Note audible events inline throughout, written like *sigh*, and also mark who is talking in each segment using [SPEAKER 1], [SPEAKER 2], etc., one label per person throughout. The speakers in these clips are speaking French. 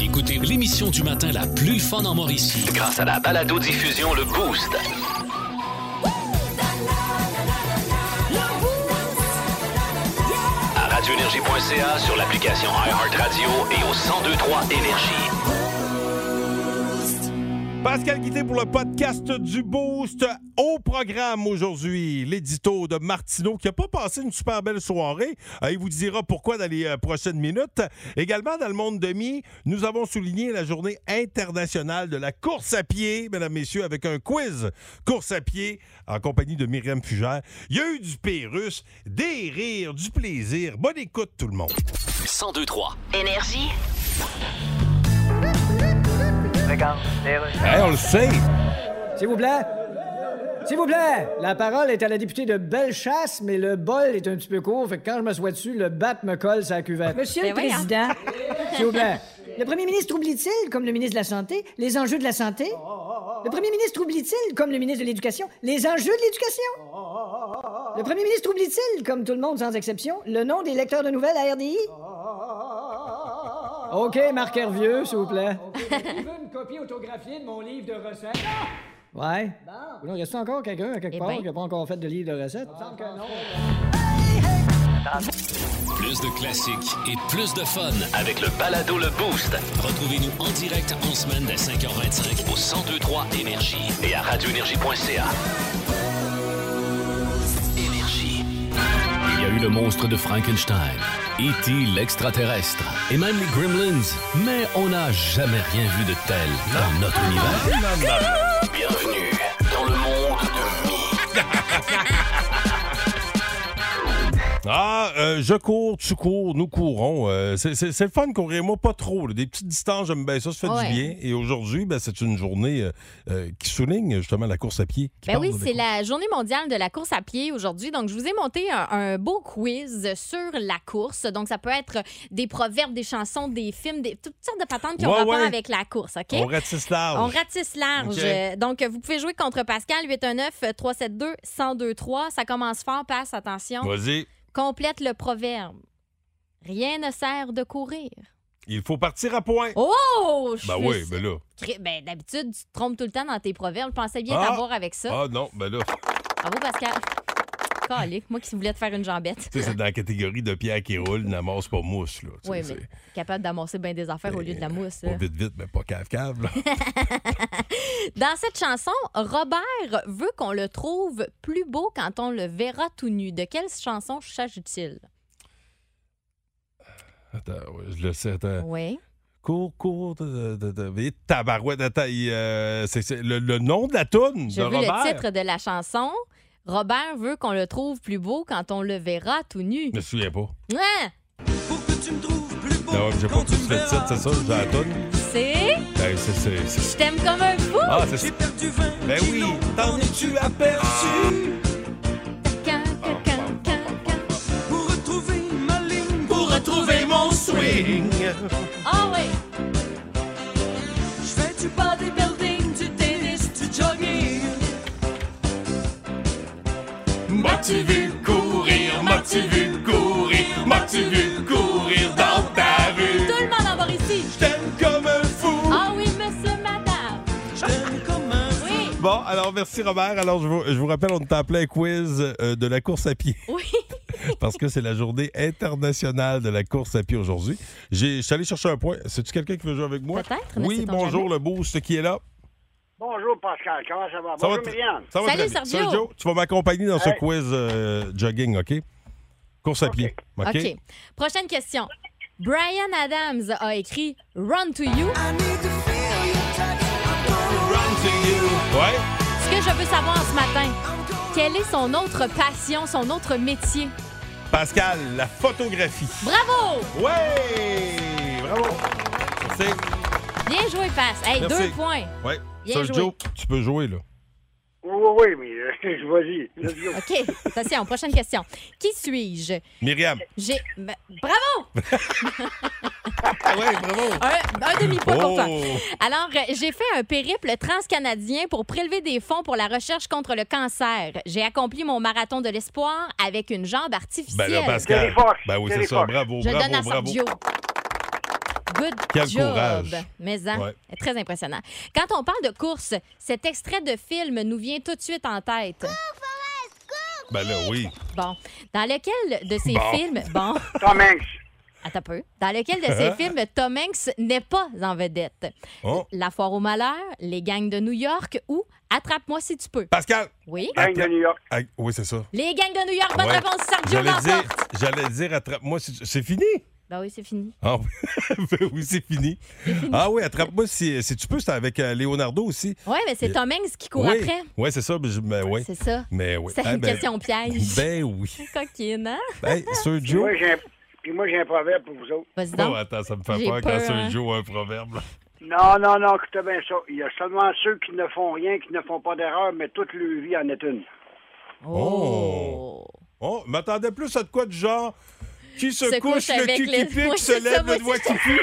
[SPEAKER 1] Écoutez l'émission du matin la plus fun en Mauricie.
[SPEAKER 2] Grâce à la balado diffusion le boost. À radioénergie.ca sur l'application iHeartRadio et au 1023 énergie.
[SPEAKER 3] Pascal Guité pour le podcast du Boost. Au programme aujourd'hui, l'édito de Martineau qui n'a pas passé une super belle soirée. Euh, il vous dira pourquoi dans les euh, prochaines minutes. Également, dans le monde de mi, nous avons souligné la journée internationale de la course à pied, mesdames, messieurs, avec un quiz course à pied en compagnie de Myriam Fugère. Il y a eu du Pérus, des rires, du plaisir. Bonne écoute, tout le monde.
[SPEAKER 2] 1023
[SPEAKER 4] Énergie.
[SPEAKER 3] Hey, Eh, on le sait.
[SPEAKER 5] S'il vous plaît. S'il vous plaît. La parole est à la députée de Bellechasse, mais le bol est un petit peu court, fait que quand je m'assois dessus, le bat me colle sa cuvette.
[SPEAKER 6] Monsieur
[SPEAKER 7] Ben
[SPEAKER 6] le
[SPEAKER 7] voyons.
[SPEAKER 6] Président,
[SPEAKER 5] S'il vous plaît.
[SPEAKER 6] le premier ministre oublie-t-il, comme le ministre de la Santé, les enjeux de la santé? Le premier ministre oublie-t-il, comme le ministre de l'Éducation, les enjeux de l'éducation? Le premier ministre oublie-t-il, comme tout le monde sans exception, le nom des lecteurs de nouvelles à RDI?
[SPEAKER 5] OK, Marc Hervieux, s'il vous plaît.
[SPEAKER 6] Une copie autographiée de mon livre de recettes.
[SPEAKER 5] Ouais. Ou non, reste encore quelqu'un à quelque
[SPEAKER 7] Eh
[SPEAKER 5] part
[SPEAKER 7] ben.
[SPEAKER 5] qui n'a pas encore fait de livre de recettes? Il me semble que non.
[SPEAKER 1] Plus de classiques et plus de fun.
[SPEAKER 2] avec le balado le boost
[SPEAKER 1] Retrouvez-nous en direct en semaine dès 5h25.
[SPEAKER 2] au 1023 énergie et à radioénergie.ca. Énergie.
[SPEAKER 1] Il y a eu le monstre de Frankenstein, E.T. l'extraterrestre et même les Gremlins, mais on n'a jamais rien vu de tel dans notre univers.
[SPEAKER 2] Bienvenue dans le monde de Mi.
[SPEAKER 3] *laughs* Ah, euh, je cours, tu cours, nous courons. Euh, c'est- c'est c'est le fun, courir-moi pas trop. là. Des petites distances, j'aime bien ça, ça fait
[SPEAKER 7] Ouais.
[SPEAKER 3] du bien. Et aujourd'hui, ben, c'est une journée euh, euh, qui souligne justement la course à pied. qui
[SPEAKER 7] Ben
[SPEAKER 3] parle
[SPEAKER 7] oui,
[SPEAKER 3] de la
[SPEAKER 7] c'est
[SPEAKER 3] course.
[SPEAKER 7] la journée mondiale de la course à pied aujourd'hui. Donc, je vous ai monté un, un beau quiz sur la course. Donc, ça peut être des proverbes, des chansons, des films, des, toutes sortes de patentes qui ont
[SPEAKER 3] Ouais,
[SPEAKER 7] rapport
[SPEAKER 3] ouais.
[SPEAKER 7] avec la course, OK?
[SPEAKER 3] On ratisse large.
[SPEAKER 7] On ratisse large.
[SPEAKER 3] OK.
[SPEAKER 7] Euh, Donc, vous pouvez jouer contre Pascal 819-372-1023. Ça commence fort, passe, attention.
[SPEAKER 3] Vas-y,
[SPEAKER 7] Complète le proverbe. Rien ne sert de courir.
[SPEAKER 3] il faut partir à point.
[SPEAKER 7] Oh! Je
[SPEAKER 3] ben
[SPEAKER 7] suis-
[SPEAKER 3] oui, ben là.
[SPEAKER 7] Cri- ben, d'habitude, tu te trompes tout le temps dans tes proverbes. Je pensais bien
[SPEAKER 3] Ah!
[SPEAKER 7] t'avoir avec ça.
[SPEAKER 3] Ah non, ben là,
[SPEAKER 7] Bravo, Pascal. Calé. Moi qui voulais te faire une jambette.
[SPEAKER 3] tu sais, c'est dans la catégorie de pierre qui roule, n'amasse pas mousse. Là, Tu sais,
[SPEAKER 7] Oui, mais
[SPEAKER 3] c'est
[SPEAKER 7] capable d'amasser bien des affaires au lieu de
[SPEAKER 8] Euh,
[SPEAKER 7] la mousse. hein. là.
[SPEAKER 3] Pas vite, vite, mais pas cave-cave. là.
[SPEAKER 7] Dans cette chanson, Robert veut qu'on le trouve plus beau quand on le verra tout nu. De quelle chanson s'agit-il?
[SPEAKER 3] attends, ouais, je le sais,
[SPEAKER 8] Euh,
[SPEAKER 3] attends.
[SPEAKER 7] Oui.
[SPEAKER 3] Cours, cours, de, de, de- de- tabarouette, attends, il, euh, c'est c'est le, le nom de la toune
[SPEAKER 7] Je
[SPEAKER 3] de
[SPEAKER 7] veux
[SPEAKER 3] Robert.
[SPEAKER 7] le titre de la chanson. Robert veut qu'on le trouve plus beau quand on le verra tout nu.
[SPEAKER 3] Je me souviens pas.
[SPEAKER 7] Hein?
[SPEAKER 8] Pour que tu me trouves plus beau.
[SPEAKER 3] Ah ouais, j'ai pas
[SPEAKER 8] quand
[SPEAKER 3] plus
[SPEAKER 8] tu me
[SPEAKER 3] le titre,
[SPEAKER 8] verras.
[SPEAKER 3] c'est ça, j'ai la toune.
[SPEAKER 7] C'est
[SPEAKER 3] Ben, c'est- c'est- c'est-
[SPEAKER 7] Je t'aime comme un fou
[SPEAKER 3] Ah, c'est ça.
[SPEAKER 8] J'ai perdu 20
[SPEAKER 3] Ben oui,
[SPEAKER 8] kilos. Ah.
[SPEAKER 3] t'en es-tu aperçu?
[SPEAKER 7] Can, can, can, can, can.
[SPEAKER 8] Pour retrouver ma ligne. Pour
[SPEAKER 3] retrouver mon swing.
[SPEAKER 7] Ah oui!
[SPEAKER 8] Je fais du bodybuilding, du tennis, du jogging.
[SPEAKER 3] M'as-tu vu courir? M'as-tu vu courir? M'as-tu vu courir dans ta rue?
[SPEAKER 7] Tout le monde en bas ici!
[SPEAKER 3] Je t'aime comme un fou.
[SPEAKER 7] Ah oui, monsieur, madame!
[SPEAKER 8] Je t'aime comme un
[SPEAKER 7] Oui!
[SPEAKER 3] Bon, alors merci Robert. Alors je vous, je vous rappelle, on t'a appelé un quiz euh, de la course à pied
[SPEAKER 7] Oui!
[SPEAKER 3] *laughs* parce que c'est la journée internationale de la course à pied aujourd'hui. J'ai- Je suis allé chercher un point. C'est-tu quelqu'un qui veut jouer avec moi?
[SPEAKER 7] Peut-être, mais
[SPEAKER 3] Oui,
[SPEAKER 7] sait-on
[SPEAKER 3] bonjour
[SPEAKER 7] jamais.
[SPEAKER 3] le boost qui est là.
[SPEAKER 9] Bonjour Pascal, comment ça va?
[SPEAKER 3] Ça va
[SPEAKER 9] Bonjour
[SPEAKER 3] t-
[SPEAKER 9] Myriam.
[SPEAKER 3] Ça va
[SPEAKER 7] Salut,
[SPEAKER 3] très bien.
[SPEAKER 7] Sergio.
[SPEAKER 3] tu vas m'accompagner dans ce
[SPEAKER 9] Hey.
[SPEAKER 3] quiz euh, jogging, OK? Course à pied. OK.
[SPEAKER 7] OK. Prochaine question. Brian Adams a écrit Run to You.
[SPEAKER 3] Ouais.
[SPEAKER 7] Ce que je veux savoir ce matin, quelle est son autre passion, son autre métier?
[SPEAKER 3] Pascal, la photographie.
[SPEAKER 7] Bravo!
[SPEAKER 3] Ouais! Bravo! Merci.
[SPEAKER 7] Bien joué, Pass. Hey,
[SPEAKER 3] Merci.
[SPEAKER 7] deux points.
[SPEAKER 3] Ouais.
[SPEAKER 7] Bien
[SPEAKER 3] Sergio,
[SPEAKER 7] joué.
[SPEAKER 3] tu peux jouer, là.
[SPEAKER 9] Oui, oui, oui, mais euh, vas-y, let's go.
[SPEAKER 7] OK. Attention, prochaine question. Qui suis-je?
[SPEAKER 3] Myriam.
[SPEAKER 7] J'ai. ben, Bravo!
[SPEAKER 3] Ah ouais, bravo!
[SPEAKER 7] Un, un demi-point pour toi.
[SPEAKER 3] Oh!
[SPEAKER 7] Alors, euh, j'ai fait un périple transcanadien pour prélever des fonds pour la recherche contre le cancer. J'ai accompli mon marathon de l'espoir avec une jambe
[SPEAKER 3] Ben
[SPEAKER 7] artificielle.
[SPEAKER 3] là, Pascal.
[SPEAKER 9] Téléfox,
[SPEAKER 3] Ben oui, c'est
[SPEAKER 9] téléfox.
[SPEAKER 3] ça. Bravo,
[SPEAKER 7] Je le
[SPEAKER 3] bravo,
[SPEAKER 7] donne à
[SPEAKER 3] bravo.
[SPEAKER 7] Sergio. Good
[SPEAKER 3] Quel
[SPEAKER 7] job.
[SPEAKER 3] courage.
[SPEAKER 7] Mais hein,
[SPEAKER 3] Ouais.
[SPEAKER 7] très impressionnant. Quand on parle de course, cet extrait de film nous vient tout de suite en tête.
[SPEAKER 3] Ben là, oui.
[SPEAKER 7] Bon, dans lequel de ces
[SPEAKER 3] Bon.
[SPEAKER 7] films, bon,
[SPEAKER 9] *laughs* Tom Hanks.
[SPEAKER 7] attends un peu, dans lequel de
[SPEAKER 3] Hein?
[SPEAKER 7] ces films Tom Hanks n'est pas en vedette
[SPEAKER 3] Oh.
[SPEAKER 7] La foire au malheur, les gangs de New York ou Attrape-moi si tu peux.
[SPEAKER 3] Pascal!
[SPEAKER 7] Oui.
[SPEAKER 9] Gang de New York.
[SPEAKER 3] Ah, oui, c'est ça.
[SPEAKER 7] Les gangs de New York, bonne
[SPEAKER 3] Ouais.
[SPEAKER 7] réponse, Sergio
[SPEAKER 3] J'allais
[SPEAKER 7] l'emporte.
[SPEAKER 3] dire, j'allais dire attrape-moi. si tu- C'est fini?
[SPEAKER 7] Ben oui, c'est fini.
[SPEAKER 3] Ah, *laughs* ben oui, c'est fini. Ah oui, attrape-moi si, si tu peux. C'était avec euh, Leonardo aussi.
[SPEAKER 7] Oui, mais c'est Tom Hanks qui court
[SPEAKER 3] oui.
[SPEAKER 7] après.
[SPEAKER 3] Oui, c'est ça. mais je- Ben, oui.
[SPEAKER 7] C'est ça.
[SPEAKER 3] Mais oui.
[SPEAKER 7] C'est
[SPEAKER 3] Ah,
[SPEAKER 7] une
[SPEAKER 3] ben-
[SPEAKER 7] question piège.
[SPEAKER 3] Ben oui.
[SPEAKER 7] Coquine, hein?
[SPEAKER 3] Hey, Sir
[SPEAKER 9] Puis
[SPEAKER 3] Joe.
[SPEAKER 9] moi, j'ai un- Puis moi, j'ai un proverbe pour vous autres.
[SPEAKER 7] Vas-y donc.
[SPEAKER 3] Oh, attends, ça me fait
[SPEAKER 7] J'ai
[SPEAKER 3] peur, quand
[SPEAKER 7] peur,
[SPEAKER 3] Sir
[SPEAKER 7] hein.
[SPEAKER 3] Joe a un proverbe.
[SPEAKER 9] Non, non, non, écoutez bien ça. Il y a seulement ceux qui ne font rien, qui ne font pas d'erreur, mais toute leur vie en est une.
[SPEAKER 7] Oh!
[SPEAKER 3] Oh, m'attendais plus à de quoi du genre qui se,
[SPEAKER 7] Se
[SPEAKER 3] couche,
[SPEAKER 7] couche
[SPEAKER 3] le
[SPEAKER 7] avec
[SPEAKER 3] cul
[SPEAKER 7] les- *laughs*
[SPEAKER 3] qui pique,
[SPEAKER 7] Oui,
[SPEAKER 3] se
[SPEAKER 7] c'est ça,
[SPEAKER 3] lève
[SPEAKER 7] moi
[SPEAKER 3] le doigt
[SPEAKER 7] aussi.
[SPEAKER 3] qui pue.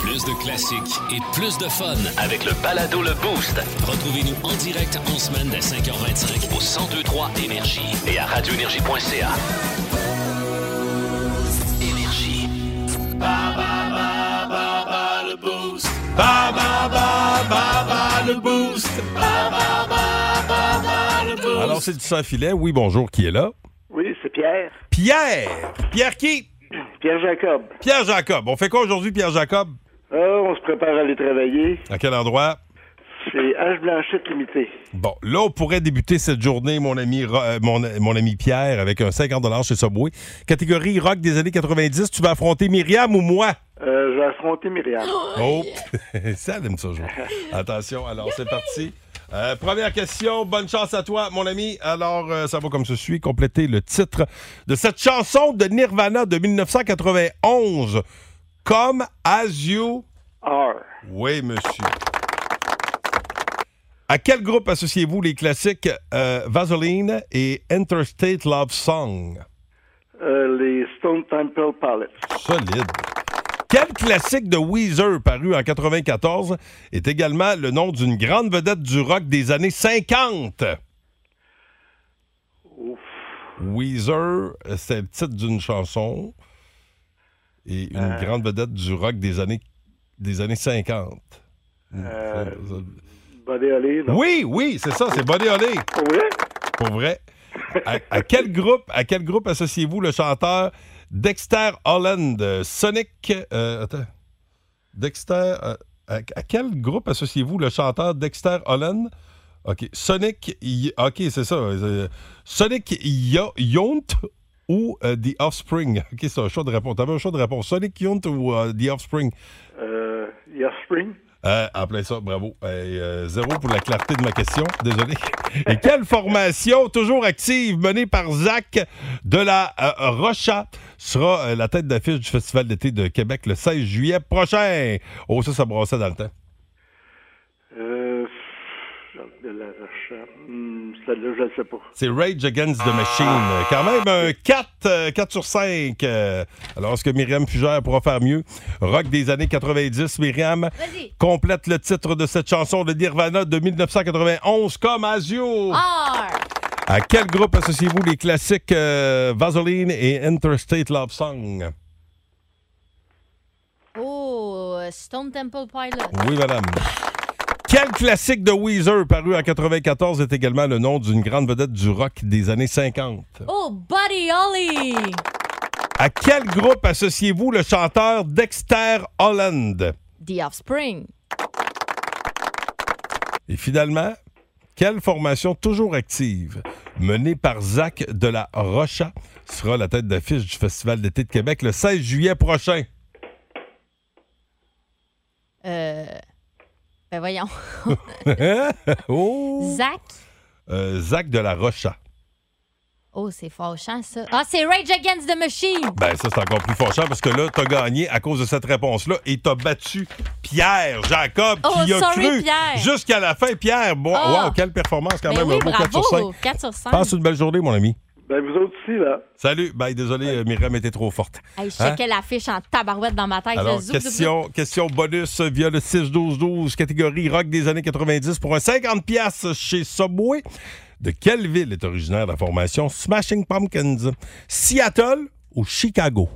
[SPEAKER 1] Plus de classiques et plus de fun.
[SPEAKER 2] Avec le balado Le Boost
[SPEAKER 1] Retrouvez-nous en direct en semaine dès 5h25
[SPEAKER 2] au 1023 Énergie et à radioénergie.ca. Énergie.
[SPEAKER 3] Ba, ba, ba, ba, ba, le boost. Alors, c'est du sans-filet. Oui, bonjour, qui est là?
[SPEAKER 9] Oui, c'est Pierre.
[SPEAKER 3] Pierre! Pierre qui?
[SPEAKER 9] Pierre Jacob.
[SPEAKER 3] Pierre Jacob. On fait quoi aujourd'hui, Pierre Jacob?
[SPEAKER 9] Euh, on se prépare à aller travailler.
[SPEAKER 3] À quel endroit?
[SPEAKER 9] C'est H Blanchette Limité.
[SPEAKER 3] Bon, là, on pourrait débuter cette journée, mon ami, Ro- euh, mon, mon ami Pierre, avec un 50 chez Subway. Catégorie rock des années 90, tu vas affronter Myriam ou moi?
[SPEAKER 9] J'ai affronté *gasps* Myriam.
[SPEAKER 3] Oh! *laughs* ça aime ça, jouer. Attention, alors c'est parti. Euh, première question, bonne chance à toi, mon ami. Alors, euh, ça va comme ceci, compléter le titre de cette chanson de Nirvana de 1991. Comme As You...
[SPEAKER 9] R.
[SPEAKER 3] Oui, monsieur. À quel groupe associez-vous les classiques euh, Vaseline et Interstate Love Song?
[SPEAKER 9] Euh, les Stone Temple Pilots.
[SPEAKER 3] Solide. Quel classique de Weezer paru en 94 est également le nom d'une grande vedette du rock des années 50? Weezer, c'est le titre d'une chanson et une grande vedette du rock des années, des années 50.
[SPEAKER 9] Buddy Holly.
[SPEAKER 3] Oui, oui, c'est ça, c'est Buddy Holly,
[SPEAKER 9] Oh,
[SPEAKER 3] pour vrai. À, à quel groupe, à quel groupe associez-vous le chanteur Dexter Holland, euh, Sonic euh, attends. Dexter euh, à, à quel groupe associez-vous le chanteur Dexter Holland OK, Sonic Y- OK, c'est ça. euh, Sonic Yo- Yount ou euh, The Offspring. OK, c'est un choix de réponse. T'avais un choix de réponse. Sonic Yount ou euh, The Offspring.
[SPEAKER 9] Euh, Your Spring.
[SPEAKER 3] Euh, en plein ça, bravo. Euh, euh, zéro pour la clarté de ma question, désolé. *laughs* Et quelle formation toujours active menée par Zach de la euh, Rocha sera euh, la tête d'affiche du Festival d'été de Québec le 16 juillet prochain? Oh, ça, ça brassait dans le temps.
[SPEAKER 9] Euh, Jacques de la Rochette. Hmm, Celle-là, je ne sais pas.
[SPEAKER 3] C'est Rage Against the Machine. Quand même un 4, euh, 4 sur 5. euh, alors, est-ce que Myriam Fugère pourra faire mieux? Rock des années 90, Myriam
[SPEAKER 7] Vas-y.
[SPEAKER 3] complète le titre de cette chanson de Nirvana de 1991 comme Azio.
[SPEAKER 7] Ah, R.
[SPEAKER 3] À quel groupe associez-vous les classiques euh, Vaseline et Interstate Love Song?
[SPEAKER 7] Oh, Stone Temple Pilot.
[SPEAKER 3] Oui, madame. Quel classique de Weezer paru en 94 est également le nom d'une grande vedette du rock des années 50?
[SPEAKER 7] Oh, Buddy Holly.
[SPEAKER 3] À quel groupe associez-vous le chanteur Dexter Holland?
[SPEAKER 7] The Offspring.
[SPEAKER 3] Et finalement, quelle formation toujours active, menée par Zach de la Rocha, sera la tête d'affiche du Festival d'été de Québec le 16 juillet prochain? *laughs*
[SPEAKER 7] Euh, ben voyons.
[SPEAKER 3] oh!
[SPEAKER 7] Zach.
[SPEAKER 3] Euh, Zach de la Rocha.
[SPEAKER 7] Oh, c'est fâchant, ça. Ah, c'est Rage Against the Machine.
[SPEAKER 3] Ben ça, c'est encore plus fâchant parce que là, t'as gagné à cause de cette réponse-là et t'as battu Pierre Jacob
[SPEAKER 7] Oh,
[SPEAKER 3] qui y a
[SPEAKER 7] sorry,
[SPEAKER 3] cru
[SPEAKER 7] Pierre.
[SPEAKER 3] jusqu'à la fin. Pierre, bon,
[SPEAKER 7] Ah.
[SPEAKER 3] wow, quelle performance quand
[SPEAKER 7] Ben
[SPEAKER 3] même.
[SPEAKER 7] oui,
[SPEAKER 3] un beau 4 sur 5.
[SPEAKER 7] bravo. 4 sur 5.
[SPEAKER 3] Passe une belle journée, mon ami.
[SPEAKER 9] Ben, vous autres aussi, là.
[SPEAKER 3] Salut. Ben, désolé, euh, Myriam était trop forte.
[SPEAKER 7] Hey, je checkais l'affiche en tabarouette dans ma tête.
[SPEAKER 3] Hein? Alors,
[SPEAKER 7] Zouk, zouk, zouk.
[SPEAKER 3] question, question bonus via le 6-12-12, catégorie rock des années 90 pour un 50$ piastres chez Subway. De quelle ville est originaire la formation Smashing Pumpkins? Seattle au Chicago.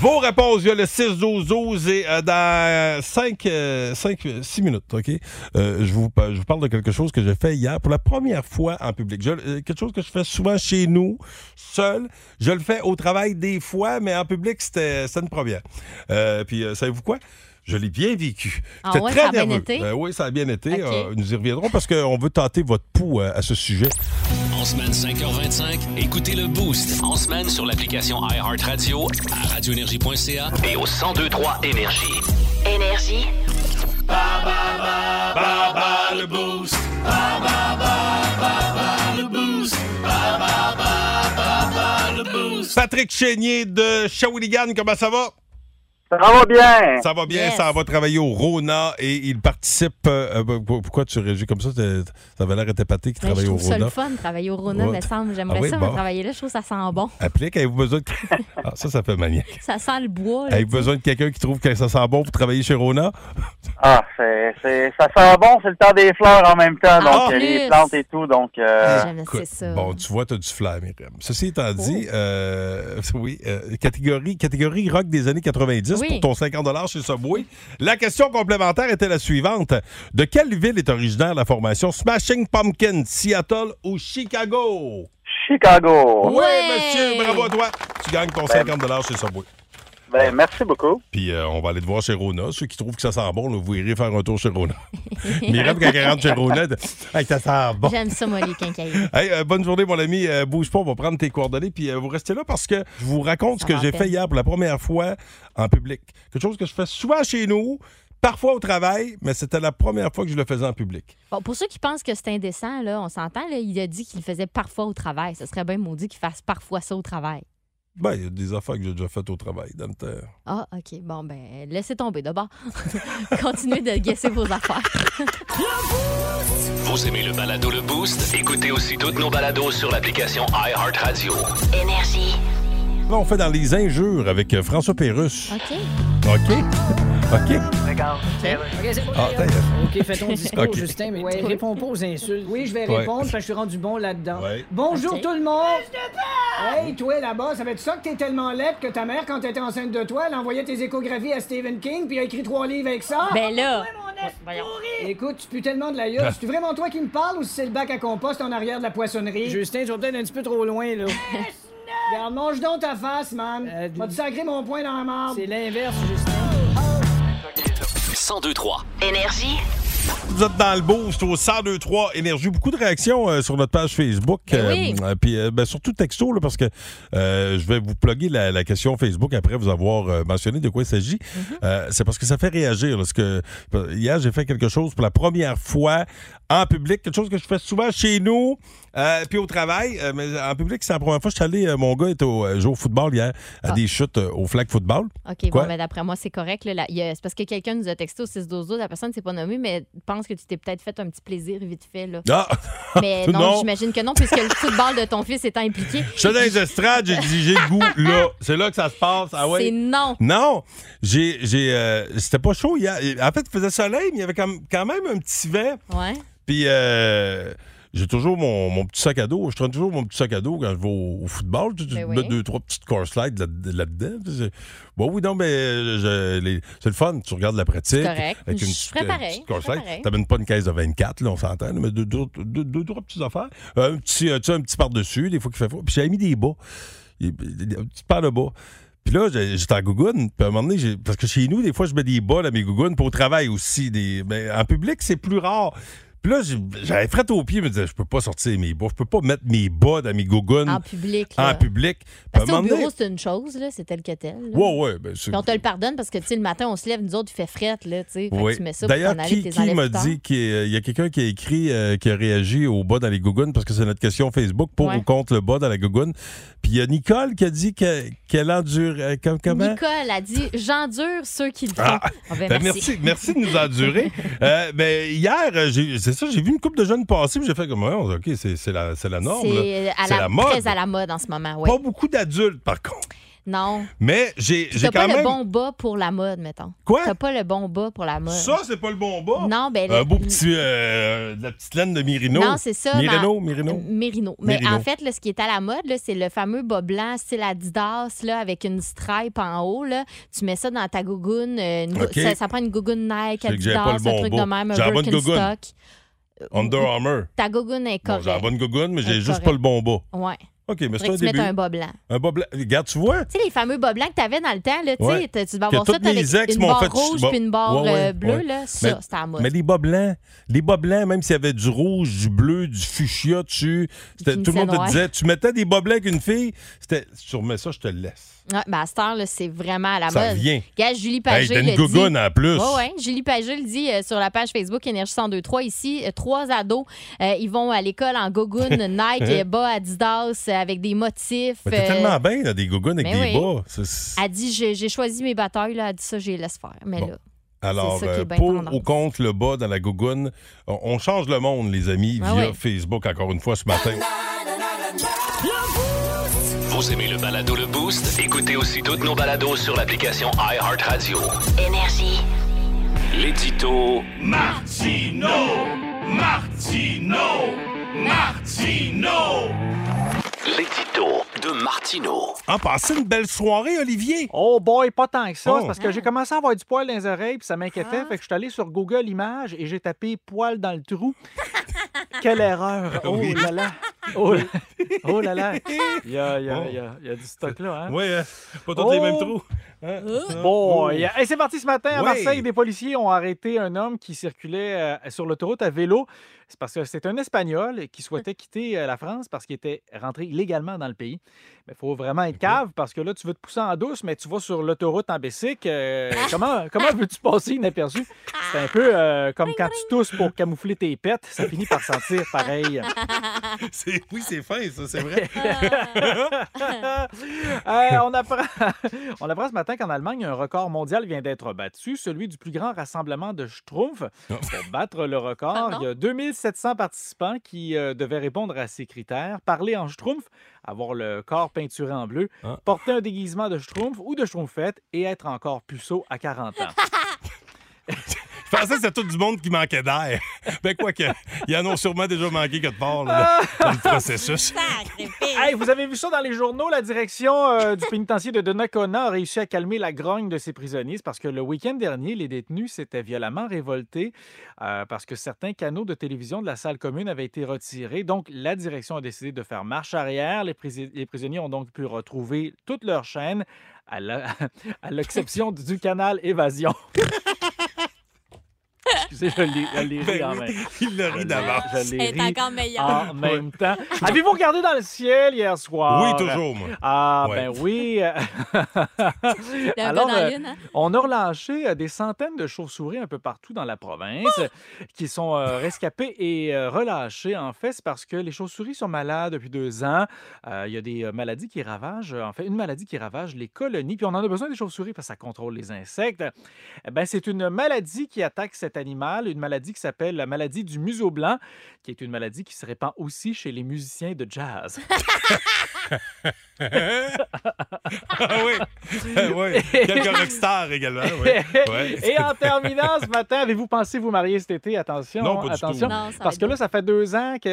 [SPEAKER 3] Vos réponses, il y a le 6-12-12 et euh, dans euh, 5, 6 minutes, OK? Euh, je, vous, je vous parle de quelque chose que j'ai fait hier pour la première fois en public. Je- euh, quelque chose que je fais souvent chez nous, seul. Je le fais au travail des fois, mais en public, c'était c'était une première. Euh, puis, euh, savez-vous quoi? Je l'ai bien vécu.
[SPEAKER 7] Ah
[SPEAKER 3] J'étais
[SPEAKER 7] ouais,
[SPEAKER 3] très
[SPEAKER 7] ça a bien
[SPEAKER 3] nerveux.
[SPEAKER 7] été?
[SPEAKER 3] Euh, oui, ça a bien été.
[SPEAKER 7] OK.
[SPEAKER 3] Euh, nous y reviendrons parce qu'on veut tenter votre pouls euh, à ce sujet.
[SPEAKER 1] En semaine 5h25, écoutez le Boost.
[SPEAKER 2] En semaine sur l'application iHeartRadio
[SPEAKER 1] À radioénergie.ca,
[SPEAKER 2] et au 1023 Énergie.
[SPEAKER 4] Énergie.
[SPEAKER 3] Patrick Chénier de Shawinigan, comment ça va?
[SPEAKER 9] Ça va bien.
[SPEAKER 3] Ça va bien,
[SPEAKER 7] Yes.
[SPEAKER 3] ça va travailler au Rona et il participe. euh, euh, pour- pourquoi tu réagis comme ça? T'es- Ça avait l'air épaté qu'il
[SPEAKER 7] Ben, je
[SPEAKER 3] travaille au
[SPEAKER 7] trouve ça le
[SPEAKER 3] Rona.
[SPEAKER 7] fun, travailler au Rona,
[SPEAKER 3] Ouais.
[SPEAKER 7] me semble. J'aimerais
[SPEAKER 3] Ah oui,
[SPEAKER 7] ça,
[SPEAKER 3] bon.
[SPEAKER 7] mais travailler là, je trouve que ça sent bon.
[SPEAKER 3] Applique, avez-vous besoin de. *laughs* Ah, ça, ça fait maniaque.
[SPEAKER 7] Ça sent le bois. là.
[SPEAKER 3] Avez-vous besoin de quelqu'un qui trouve que ça sent bon pour travailler chez Rona?
[SPEAKER 10] Ah, c'est, c'est, ça sent bon, c'est le temps des fleurs en même
[SPEAKER 9] Ah,
[SPEAKER 10] temps,
[SPEAKER 7] En
[SPEAKER 10] donc euh,
[SPEAKER 7] plus.
[SPEAKER 10] les plantes et tout, donc euh,
[SPEAKER 7] J'aime,
[SPEAKER 3] Écoute,
[SPEAKER 7] c'est ça. Oh.
[SPEAKER 3] Bon, tu vois, tu as du flair, Myriam. Ceci étant dit, euh, *laughs* oui, euh, catégorie, catégorie rock des années 90
[SPEAKER 7] Oui.
[SPEAKER 3] pour ton 50 chez Subway. La question complémentaire était la suivante. De quelle ville est originaire la formation Smashing Pumpkin, Seattle ou Chicago?
[SPEAKER 10] Chicago.
[SPEAKER 3] Oui,
[SPEAKER 7] Ouais.
[SPEAKER 3] monsieur, bravo à toi. Tu gagnes ton 50 chez Subway.
[SPEAKER 10] Ben, merci beaucoup.
[SPEAKER 3] Puis euh, on va aller te voir chez Rona. Ceux qui trouvent que ça sent bon, là, vous irez faire un tour
[SPEAKER 7] *laughs*
[SPEAKER 3] chez Rona. Myriam, quand elle rentre chez Rona, elle dit, Hey, ça sent bon.
[SPEAKER 7] J'aime ça, moi, les quincailleries.
[SPEAKER 3] Hey, euh, bonne journée, mon ami. Euh, bouge pas, on va prendre tes coordonnées. Puis euh, vous restez là parce que je vous raconte
[SPEAKER 7] Ça
[SPEAKER 3] ce que
[SPEAKER 7] va
[SPEAKER 3] j'ai
[SPEAKER 7] à peine.
[SPEAKER 3] fait hier pour la première fois en public. Quelque chose que je fais souvent chez nous, parfois au travail, mais c'était la première fois que je le faisais en public.
[SPEAKER 7] Bon, pour ceux qui pensent que c'est indécent, là, on s'entend, là, il a dit qu'il le faisait parfois au travail. Ce serait bien maudit qu'il fasse parfois ça au travail.
[SPEAKER 3] Ben, il y a des affaires que j'ai déjà faites au travail dans le temps.
[SPEAKER 7] Ah, OK. Bon, ben, laissez tomber d'abord. *laughs* Continuez de guesser vos affaires.
[SPEAKER 2] Vous aimez le balado Le Boost? Écoutez aussi toutes nos balados sur l'application iHeartRadio.
[SPEAKER 4] Énergie.
[SPEAKER 3] Là, on fait dans les injures avec euh, François Pérusse.
[SPEAKER 7] OK.
[SPEAKER 3] OK? *laughs* OK?
[SPEAKER 5] OK, c'est bon,
[SPEAKER 3] Ah,
[SPEAKER 5] d'ailleurs.
[SPEAKER 3] d'ailleurs.
[SPEAKER 5] OK, fais ton discours,
[SPEAKER 3] Ok.
[SPEAKER 5] Justin, mais
[SPEAKER 6] Ouais.
[SPEAKER 5] réponds pas aux insultes. Oui, je vais
[SPEAKER 3] Ouais.
[SPEAKER 5] répondre parce que je suis rendu bon là-dedans.
[SPEAKER 3] Ouais.
[SPEAKER 5] Bonjour
[SPEAKER 7] Ok.
[SPEAKER 5] tout le monde! Hey, toi là-bas, ça fait ça que t'es tellement laide que ta mère, quand elle était enceinte de toi, elle envoyait tes échographies à Stephen King puis elle a écrit trois livres avec ça?
[SPEAKER 7] Ben là,
[SPEAKER 5] Écoute, tu pues tellement de la gueule. C'est vraiment toi qui me parles ou si c'est le bac à compost en arrière de la poissonnerie? Justin, tu vas peut-être un petit peu trop loin, là. Regarde, mange donc ta face, man. Vas-tu sacrer mon poing dans la marde? Euh, C'est l'inverse, Justin.
[SPEAKER 2] 1023
[SPEAKER 4] Énergie.
[SPEAKER 3] Vous êtes dans le boost au 1023 Énergie. Beaucoup de réactions euh, sur notre page Facebook.
[SPEAKER 7] Ben oui.
[SPEAKER 3] euh, puis euh, ben, surtout texto, là, parce que euh, je vais vous plugger la, la question Facebook après vous avoir euh, mentionné de quoi il s'agit.
[SPEAKER 7] Mm-hmm.
[SPEAKER 3] Euh, c'est parce que ça fait réagir. là, parce que euh, hier, j'ai fait quelque chose pour la première fois en public, quelque chose que je fais souvent chez nous, euh, puis au travail. euh, mais en public, c'est la première fois. Je suis allé, euh, mon gars était au, euh, jouer au football hier, à
[SPEAKER 7] Ah.
[SPEAKER 3] des chutes euh, au flag football.
[SPEAKER 7] OK,
[SPEAKER 3] Quoi?
[SPEAKER 7] bon, ben d'après moi, c'est correct. là, là. Il y a- C'est parce que quelqu'un nous a texté au 6 12 12 La personne ne s'est pas nommée, mais pense que tu t'es peut-être fait un petit plaisir vite fait.
[SPEAKER 3] *laughs*
[SPEAKER 7] Là.
[SPEAKER 3] Ah!
[SPEAKER 7] Mais non, j'imagine que non, puisque le football de ton fils étant impliqué.
[SPEAKER 3] *laughs* Je suis dans les estrades, j'ai dit, j'ai le goût, là. C'est là que ça se passe. Ah ouais.
[SPEAKER 7] C'est non.
[SPEAKER 3] Non, j'ai, j'ai, euh, c'était pas chaud hier. En fait, il faisait soleil, mais il y avait quand quand même un petit vent.
[SPEAKER 7] Ouais.
[SPEAKER 3] Puis euh, j'ai toujours mon, mon petit sac à dos. Je traîne toujours mon petit sac à dos quand je vais au, au football. Tu, tu
[SPEAKER 7] Ben
[SPEAKER 3] mets
[SPEAKER 7] oui.
[SPEAKER 3] deux, trois petites core slides là, là-dedans. C'est- Bon, oui, non, mais euh, je- les- c'est le fun. Tu regardes la pratique.
[SPEAKER 7] C'est correct.
[SPEAKER 3] Avec une
[SPEAKER 7] Je
[SPEAKER 3] petite,
[SPEAKER 7] ferais
[SPEAKER 3] euh,
[SPEAKER 7] pareil,
[SPEAKER 3] petite core
[SPEAKER 7] je ferais
[SPEAKER 3] slide.
[SPEAKER 7] pareil.
[SPEAKER 3] T'amènes pas une caisse de 24, là, on s'entend. Mais deux, deux, deux- deux, trois petites affaires. Un petit, euh, tu sais, un petit par-dessus, des fois qu'il fait froid. Puis j'avais mis des bas. Et- et- Un petit par de bas. Puis là, j'ai- j'étais en gougoune. Puis à un moment donné, j'ai- parce que chez nous, des fois, je mets des bas à mes gougounes. Puis au travail aussi. Des, mais en public, c'est plus rare. Puis là, j'ai- j'avais frette aux pieds. Je me disais, je peux pas sortir mes bas. Je peux pas mettre mes bas dans mes gougounes
[SPEAKER 7] En
[SPEAKER 3] en,
[SPEAKER 7] public. là.
[SPEAKER 3] public. Puis
[SPEAKER 7] Parce
[SPEAKER 3] à
[SPEAKER 7] que
[SPEAKER 3] un
[SPEAKER 7] au
[SPEAKER 3] moment donné-
[SPEAKER 7] bureau, c'est une chose, là, c'est tel que tel. là.
[SPEAKER 3] Ouais, ouais. ben, c'est-
[SPEAKER 7] Puis on te le pardonne parce que tu sais, le matin, on se lève, nous autres, il fait frette, là, tu sais. Fait que
[SPEAKER 3] Oui.
[SPEAKER 7] tu mets ça pour
[SPEAKER 3] D'ailleurs,
[SPEAKER 7] t'en aller,
[SPEAKER 3] qui,
[SPEAKER 7] t'es
[SPEAKER 3] qui
[SPEAKER 7] enlèves
[SPEAKER 3] m'a
[SPEAKER 7] plus tard.
[SPEAKER 3] dit qu'il y a- il y a quelqu'un qui a écrit, euh, qui a réagi au bas dans les gougounes, parce que c'est notre question Facebook, pour
[SPEAKER 7] Ouais.
[SPEAKER 3] ou contre le bas dans la gougoune. Puis il y a Nicole qui a dit que- qu'elle endure... euh, comme- comment?
[SPEAKER 7] Nicole a dit J'endure ceux qui le font.
[SPEAKER 3] Ah,
[SPEAKER 7] Ah, ben,
[SPEAKER 3] Ben,
[SPEAKER 7] merci.
[SPEAKER 3] merci. merci de
[SPEAKER 7] *laughs*
[SPEAKER 3] nous endurer. Euh, mais hier, euh, j'ai- c'est ça, j'ai vu une couple de jeunes passer, puis j'ai fait comme, Ouais, OK, c'est c'est la, c'est la norme. là.
[SPEAKER 7] C'est à
[SPEAKER 3] C'est
[SPEAKER 7] la,
[SPEAKER 3] la mode.
[SPEAKER 7] très à la mode en ce moment, oui.
[SPEAKER 3] Pas beaucoup d'adultes, par contre.
[SPEAKER 7] Non.
[SPEAKER 3] Mais j'ai j'ai
[SPEAKER 7] T'as pas
[SPEAKER 3] quand même.
[SPEAKER 7] le bon bas pour la mode, mettons.
[SPEAKER 3] Quoi?
[SPEAKER 7] T'as pas le bon bas pour la mode.
[SPEAKER 3] Ça, c'est pas le bon bas.
[SPEAKER 7] Non, ben.
[SPEAKER 3] Un
[SPEAKER 7] le-
[SPEAKER 3] beau petit. euh, de la petite laine de Mirino.
[SPEAKER 7] Non, c'est ça.
[SPEAKER 3] Mirino,
[SPEAKER 7] mais-
[SPEAKER 3] Mirino.
[SPEAKER 7] Mérino. Mais
[SPEAKER 3] Mérino.
[SPEAKER 7] en fait, là, ce qui est à la mode, là, c'est le fameux bas blanc style Adidas là, avec une stripe en haut. Là. Tu mets ça dans ta gougoune. euh, une gou-
[SPEAKER 3] OK.
[SPEAKER 7] ça, ça prend une gougoune Nike,
[SPEAKER 3] C'est que j'avais
[SPEAKER 7] Adidas,
[SPEAKER 3] pas le bon
[SPEAKER 7] un truc
[SPEAKER 3] bas.
[SPEAKER 7] de même, un
[SPEAKER 3] J'ai la bonne
[SPEAKER 7] Birkenstock.
[SPEAKER 3] Under Armour.
[SPEAKER 7] Ta gougoune est
[SPEAKER 3] Bon,
[SPEAKER 7] correcte.
[SPEAKER 3] j'ai la bonne gougoune, mais j'ai
[SPEAKER 7] Correct.
[SPEAKER 3] juste pas le bon bas.
[SPEAKER 7] Ouais.
[SPEAKER 3] OK, mais c'est
[SPEAKER 7] Faudrait
[SPEAKER 3] un
[SPEAKER 7] que tu mettes
[SPEAKER 3] début.
[SPEAKER 7] un bas blanc.
[SPEAKER 3] Un bas blanc. Regarde, tu vois?
[SPEAKER 7] Tu sais, les fameux bas blancs que tu avais dans le temps, là, tu sais,
[SPEAKER 3] Ouais.
[SPEAKER 7] t'as- tu devais
[SPEAKER 3] Que
[SPEAKER 7] avoir ça,
[SPEAKER 3] toutes
[SPEAKER 7] t'avais
[SPEAKER 3] mes ex
[SPEAKER 7] une
[SPEAKER 3] m'ont
[SPEAKER 7] barre
[SPEAKER 3] fait
[SPEAKER 7] rouge
[SPEAKER 3] je-
[SPEAKER 7] puis une barre
[SPEAKER 3] Ouais, ouais,
[SPEAKER 7] euh, bleue,
[SPEAKER 3] ouais.
[SPEAKER 7] là,
[SPEAKER 3] Mais-
[SPEAKER 7] ça, c'était à la mode.
[SPEAKER 3] Mais les bas blancs, les bas blancs, même s'il y avait du rouge, du bleu, du fuchsia dessus, c'était- tout le monde te
[SPEAKER 7] noir.
[SPEAKER 3] disait, tu mettais des bas blancs qu'une fille, c'était, si tu remets ça, je te le laisse.
[SPEAKER 7] Ouais, ben à cette heure, là, c'est vraiment à la
[SPEAKER 3] Ça
[SPEAKER 7] mode.
[SPEAKER 3] vient.
[SPEAKER 7] Regarde, Julie
[SPEAKER 3] Hey,
[SPEAKER 7] Ah Pagé
[SPEAKER 3] t'as
[SPEAKER 7] le
[SPEAKER 3] une gougoune
[SPEAKER 7] dit.
[SPEAKER 3] en plus.
[SPEAKER 7] Ouais, ouais. Julie Pagé le dit euh, sur la page Facebook Énergie 1023. Ici, euh, trois ados, euh, ils vont à l'école en
[SPEAKER 3] *laughs*
[SPEAKER 7] gogoune, Nike, et bas Adidas, euh, avec des motifs.
[SPEAKER 3] Mais t'es
[SPEAKER 7] euh,
[SPEAKER 3] tellement bien, là, des gougounes avec
[SPEAKER 7] mais
[SPEAKER 3] des
[SPEAKER 7] Ben oui. Ah,
[SPEAKER 3] bas. C'est- c'est-
[SPEAKER 7] Elle dit, j'ai j'ai choisi mes batailles, là. elle dit ça, j'ai laisse faire. Mais
[SPEAKER 3] Bon.
[SPEAKER 7] là,
[SPEAKER 3] Alors,
[SPEAKER 7] c'est ça qui est
[SPEAKER 3] euh,
[SPEAKER 7] bien
[SPEAKER 3] pour
[SPEAKER 7] tendance.
[SPEAKER 3] ou contre le bas dans la gougoune, on, on change le monde, les amis,
[SPEAKER 7] Ah
[SPEAKER 3] via
[SPEAKER 7] oui.
[SPEAKER 3] Facebook, encore une fois, ce matin.
[SPEAKER 2] Vous aimez le balado Le Boost? Écoutez aussi toutes nos balados sur l'application iHeartRadio.
[SPEAKER 4] énergie,
[SPEAKER 2] L'édito
[SPEAKER 11] Martino, Martino, Martino.
[SPEAKER 2] L'édito de Martino.
[SPEAKER 3] Ah, passez une belle soirée, Olivier.
[SPEAKER 12] Oh boy, pas tant que ça.
[SPEAKER 3] Oh.
[SPEAKER 12] C'est parce que j'ai commencé à avoir du poil dans les oreilles, puis ça m'inquiétait. Fait que je suis allé sur Google Images et j'ai tapé poil dans le trou. *laughs* Quelle erreur! Oh
[SPEAKER 11] Oui.
[SPEAKER 12] là là! Oh, là- oh là là! Il y a, il y a- il y a- il y a du stock là, hein?
[SPEAKER 3] Oui, hein, pas tous les mêmes trous. Hein?
[SPEAKER 12] Boy!
[SPEAKER 3] Oh.
[SPEAKER 12] Hey, c'est parti ce matin à
[SPEAKER 3] Ouais.
[SPEAKER 12] Marseille. Des policiers ont arrêté un homme qui circulait euh, sur l'autoroute à vélo. C'est parce que c'est un Espagnol qui souhaitait quitter euh, la France parce qu'il était rentré illégalement dans le pays. Mais il faut vraiment être cave parce que là, tu veux te pousser en douce, mais tu vas sur l'autoroute en bicycle. euh, comment *laughs* comment veux-tu passer inaperçu? C'est un peu euh, comme quand tu tousses pour camoufler tes pets. Ça finit par sentir pareil.
[SPEAKER 3] C'est- Oui, c'est fin, ça, c'est vrai.
[SPEAKER 12] *laughs* Euh, on, apprend... on apprend ce matin qu'en Allemagne, un record mondial vient d'être battu, celui du plus grand rassemblement de Schtroumpfs. Pour battre le record, il y a 2700 participants qui euh, devaient répondre à ces critères parler en Schtroumpf, avoir le corps peinturé en bleu, porter un déguisement de Schtroumpf ou de Schtroumpfette et être encore puceau à 40 ans.
[SPEAKER 3] Je pensais que c'était tout du monde qui manquait d'air. *laughs* Ben quoi que, ils en ont sûrement déjà manqué quelque part là,
[SPEAKER 12] Ah!
[SPEAKER 3] dans le processus. *laughs*
[SPEAKER 12] Hey, vous avez vu ça dans les journaux? La direction euh, du pénitencier de Donnacona a réussi à calmer la grogne de ses prisonniers. C'est parce que le week-end dernier, les détenus s'étaient violemment révoltés euh, parce que certains canaux de télévision de la salle commune avaient été retirés. Donc, la direction a décidé de faire marche arrière. Les, prisi- les prisonniers ont donc pu retrouver toutes leurs chaînes, à la- *laughs* à l'exception du canal Évasion. *laughs* Excusez, je l'ai- je l'ai ri en même
[SPEAKER 3] Il le rit d'avance.
[SPEAKER 12] Je l'ai
[SPEAKER 3] Elle est
[SPEAKER 12] ri
[SPEAKER 3] encore meilleure.
[SPEAKER 12] En Ah, même temps. Avez-vous regardé dans le ciel hier soir?
[SPEAKER 3] Oui, toujours, moi.
[SPEAKER 12] Ah,
[SPEAKER 3] Ouais.
[SPEAKER 12] ben oui. *laughs*
[SPEAKER 11] gars
[SPEAKER 12] Alors,
[SPEAKER 11] dans la
[SPEAKER 12] euh,
[SPEAKER 11] lune, hein?
[SPEAKER 12] on a relâché euh, des centaines de chauves-souris un peu partout dans la province euh, qui sont euh, rescapées et euh, relâchées. En fait, c'est parce que les chauves-souris sont malades depuis deux ans. Euh, Il y a des euh, maladies qui ravagent, euh, en fait, une maladie qui ravage les colonies. Puis on en a besoin des chauves-souris parce que ça contrôle les insectes. Eh ben, c'est une maladie qui attaque cet animal, une maladie qui s'appelle la maladie du museau blanc, qui est une maladie qui se répand aussi chez les musiciens de jazz.
[SPEAKER 3] Ah
[SPEAKER 12] *laughs*
[SPEAKER 3] oui. Ah oui. Quelques rockstars également. oui. Ouais.
[SPEAKER 12] Et en terminant ce matin, avez-vous pensé vous marier cet été? Attention,
[SPEAKER 3] Non, pas du
[SPEAKER 12] attention.
[SPEAKER 3] tout. Non, ça va
[SPEAKER 12] parce
[SPEAKER 3] être
[SPEAKER 12] que
[SPEAKER 3] beau.
[SPEAKER 12] là, ça fait deux ans que.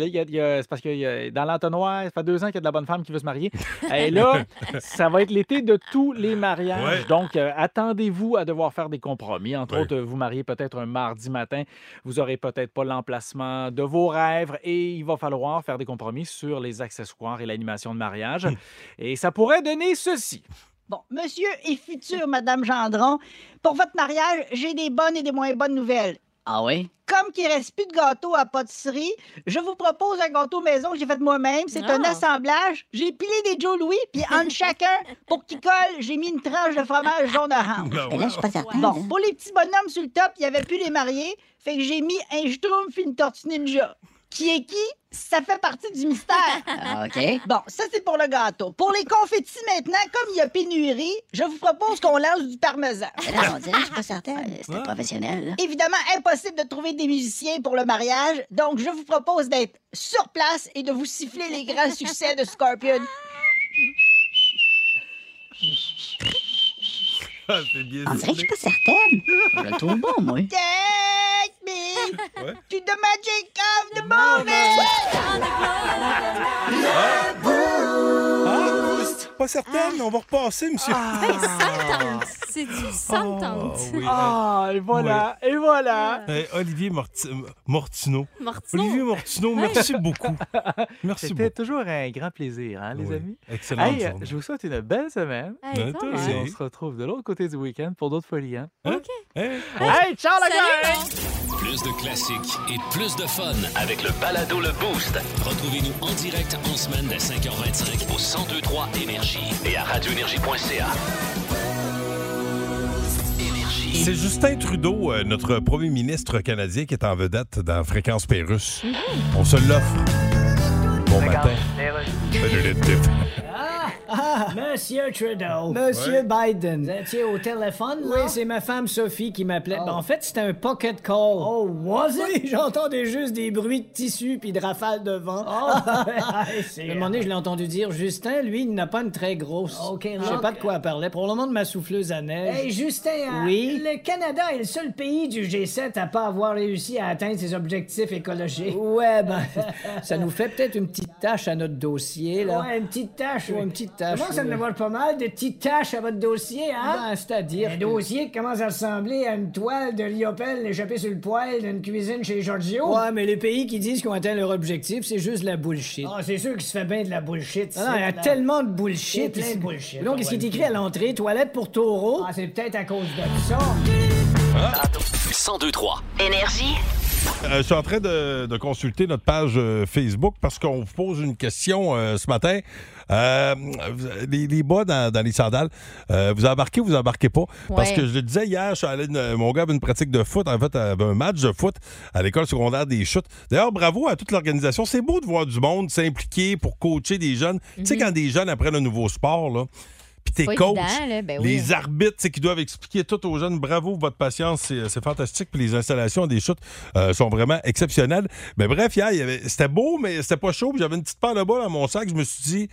[SPEAKER 12] là, il y a- il y a- c'est parce que il y a- dans l'entonnoir, ça fait deux ans qu'il y a de la bonne femme qui veut
[SPEAKER 3] *laughs*
[SPEAKER 12] se marier. Et là, ça va être l'été de tous les mariages.
[SPEAKER 11] Ouais.
[SPEAKER 12] Donc, euh, attendez-vous à devoir faire des compromis. Entre autres, vous mariez peut-être un mardi matin. Vous aurez peut-être pas l'emplacement de vos rêves et il va falloir faire des compromis sur les accessoires et l'animation de mariage.
[SPEAKER 3] Hum.
[SPEAKER 12] et ça pourrait donner ceci.
[SPEAKER 13] Bon, monsieur et future Madame Gendron, pour votre mariage, j'ai des bonnes et des moins bonnes nouvelles.
[SPEAKER 14] Ah oui?
[SPEAKER 13] Comme qu'il reste plus de gâteau à pâtisserie, je vous propose un gâteau maison que j'ai fait moi-même. C'est un
[SPEAKER 14] Ah.
[SPEAKER 13] assemblage. J'ai pilé des Joe Louis, puis
[SPEAKER 14] *laughs*
[SPEAKER 13] entre chacun, pour qu'il colle, j'ai mis une tranche de fromage
[SPEAKER 14] *laughs*
[SPEAKER 13] jaune orange.
[SPEAKER 14] Ben ouais. Là, je suis pas certaine,
[SPEAKER 13] Bon,
[SPEAKER 14] hein.
[SPEAKER 13] pour les petits bonhommes sur le top, il n'y avait plus les mariés, fait que j'ai mis un schtroumpf et une tortue ninja. Qui est qui? Ça fait partie du mystère.
[SPEAKER 14] *laughs* Ah, OK.
[SPEAKER 13] Bon, ça, c'est pour le gâteau. Pour les confettis, maintenant, comme il y a pénurie, je vous propose qu'on lance du parmesan.
[SPEAKER 14] Non, on dirait que je suis pas certaine. C'était professionnel. là.
[SPEAKER 13] Évidemment, impossible de trouver des musiciens pour le mariage, donc je vous propose d'être
[SPEAKER 14] *laughs*
[SPEAKER 13] sur place et de vous siffler les grands succès de Scorpion.
[SPEAKER 3] Ah, c'est bien
[SPEAKER 14] On dirait que je suis pas certaine. Je le trouve bon, moi.
[SPEAKER 13] Take me
[SPEAKER 3] Ouais.
[SPEAKER 13] to the magic of the moment.
[SPEAKER 3] Ah, Pas certaine, on va repasser, monsieur.
[SPEAKER 7] C'est du sentence.
[SPEAKER 12] Ah, et voilà, et voilà.
[SPEAKER 3] Euh, Olivier Morti- euh, Mortineau.
[SPEAKER 7] Mortineau.
[SPEAKER 3] Olivier Mortineau, merci
[SPEAKER 12] *laughs*
[SPEAKER 3] beaucoup. Merci
[SPEAKER 12] C'était toujours un grand plaisir, hein, les
[SPEAKER 3] Oui.
[SPEAKER 12] amis.
[SPEAKER 3] Excellente
[SPEAKER 12] Hey, euh,
[SPEAKER 3] journée.
[SPEAKER 12] je vous souhaite une belle semaine.
[SPEAKER 7] Hey,
[SPEAKER 3] ben,
[SPEAKER 7] Ouais, toi toi aussi.
[SPEAKER 12] Et on se retrouve de l'autre côté du week-end pour d'autres folies. Hein?
[SPEAKER 7] OK.
[SPEAKER 12] Hey, ciao, la gang!
[SPEAKER 2] Plus de classiques et plus de fun avec le balado Le Boost. Retrouvez-nous en direct en semaine dès 5h25 au 1023 Énergie et à radioénergie.ca.
[SPEAKER 3] C'est Justin Trudeau, euh, notre premier ministre canadien, qui est en vedette dans Fréquence Pérusse. On se l'offre. Bon matin.
[SPEAKER 6] *laughs*
[SPEAKER 5] Monsieur Trudeau.
[SPEAKER 6] Monsieur
[SPEAKER 5] Biden. Vous étiez au téléphone, Oui, c'est ma femme Sophie qui m'appelait.
[SPEAKER 6] Oh.
[SPEAKER 5] Ben, En fait, c'était un pocket call. Oh, was it? Oui, *laughs* j'entendais juste des bruits de tissu puis de rafales de vent.
[SPEAKER 6] Oh,
[SPEAKER 5] *laughs* Le moment donné, je l'ai entendu dire, Justin, lui, il n'a pas une très grosse. je sais
[SPEAKER 6] donc-
[SPEAKER 5] pas de quoi elle parlait. Probablement de ma souffleuse à neige.
[SPEAKER 6] Hey, Justin, hein,
[SPEAKER 5] Oui?
[SPEAKER 6] le Canada est le seul pays du G7 à pas avoir réussi à atteindre ses objectifs écologiques.
[SPEAKER 5] Ouais, ben, *laughs* ça nous fait peut-être une petite tâche à notre dossier, là.
[SPEAKER 6] Ouais, une petite tâche.
[SPEAKER 5] Ouais,
[SPEAKER 6] oui.
[SPEAKER 5] une petite tâche,
[SPEAKER 6] Commence à
[SPEAKER 5] oui.
[SPEAKER 6] en avoir pas mal de petites tâches à votre dossier, hein?
[SPEAKER 5] Ben, c'est-à-dire.
[SPEAKER 6] Un
[SPEAKER 5] que-
[SPEAKER 6] dossier qui commence à ressembler à une toile de Liopel échappée sur le poêle d'une cuisine chez Giorgio.
[SPEAKER 5] Ouais, mais les pays qui disent qu'ils ont atteint leur objectif, c'est juste de la bullshit.
[SPEAKER 6] Ah, c'est sûr qu'il se fait bien de la bullshit.
[SPEAKER 5] Ah non, il y a
[SPEAKER 6] c'est, là.
[SPEAKER 5] tellement de bullshit.
[SPEAKER 6] C'est plein de bullshit. Ah,
[SPEAKER 5] Donc, qu'est-ce qui est écrit à l'entrée? Toilette pour taureau? Ah, c'est peut-être à cause de ça.
[SPEAKER 2] 1023
[SPEAKER 4] Énergie.
[SPEAKER 3] Euh, je suis en train de, de consulter notre page euh, Facebook parce qu'on vous pose une question euh, ce matin. Euh, les, les bas dans, dans les sandales, euh, vous embarquez ou vous embarquez pas? Parce
[SPEAKER 7] Ouais.
[SPEAKER 3] que je le disais hier, je suis allé une- mon gars avait une pratique de foot, en fait, avait un match de foot à l'école secondaire des chutes. D'ailleurs, bravo à toute l'organisation. C'est beau de voir du monde s'impliquer pour coacher des jeunes. Tu sais, quand des jeunes apprennent un nouveau sport, là, puis t'es
[SPEAKER 7] Mhm. Pas
[SPEAKER 3] coach,
[SPEAKER 7] évident, là, ben oui.
[SPEAKER 3] les arbitres tu sais, qui doivent expliquer tout aux jeunes. Bravo, votre patience, c'est euh, c'est fantastique. Puis les installations des chutes euh, sont vraiment exceptionnelles. Mais bref, hier, il y avait- c'était beau, mais c'était pas chaud. Puis J'avais une petite paire de bas dans mon sac. Je me suis dit,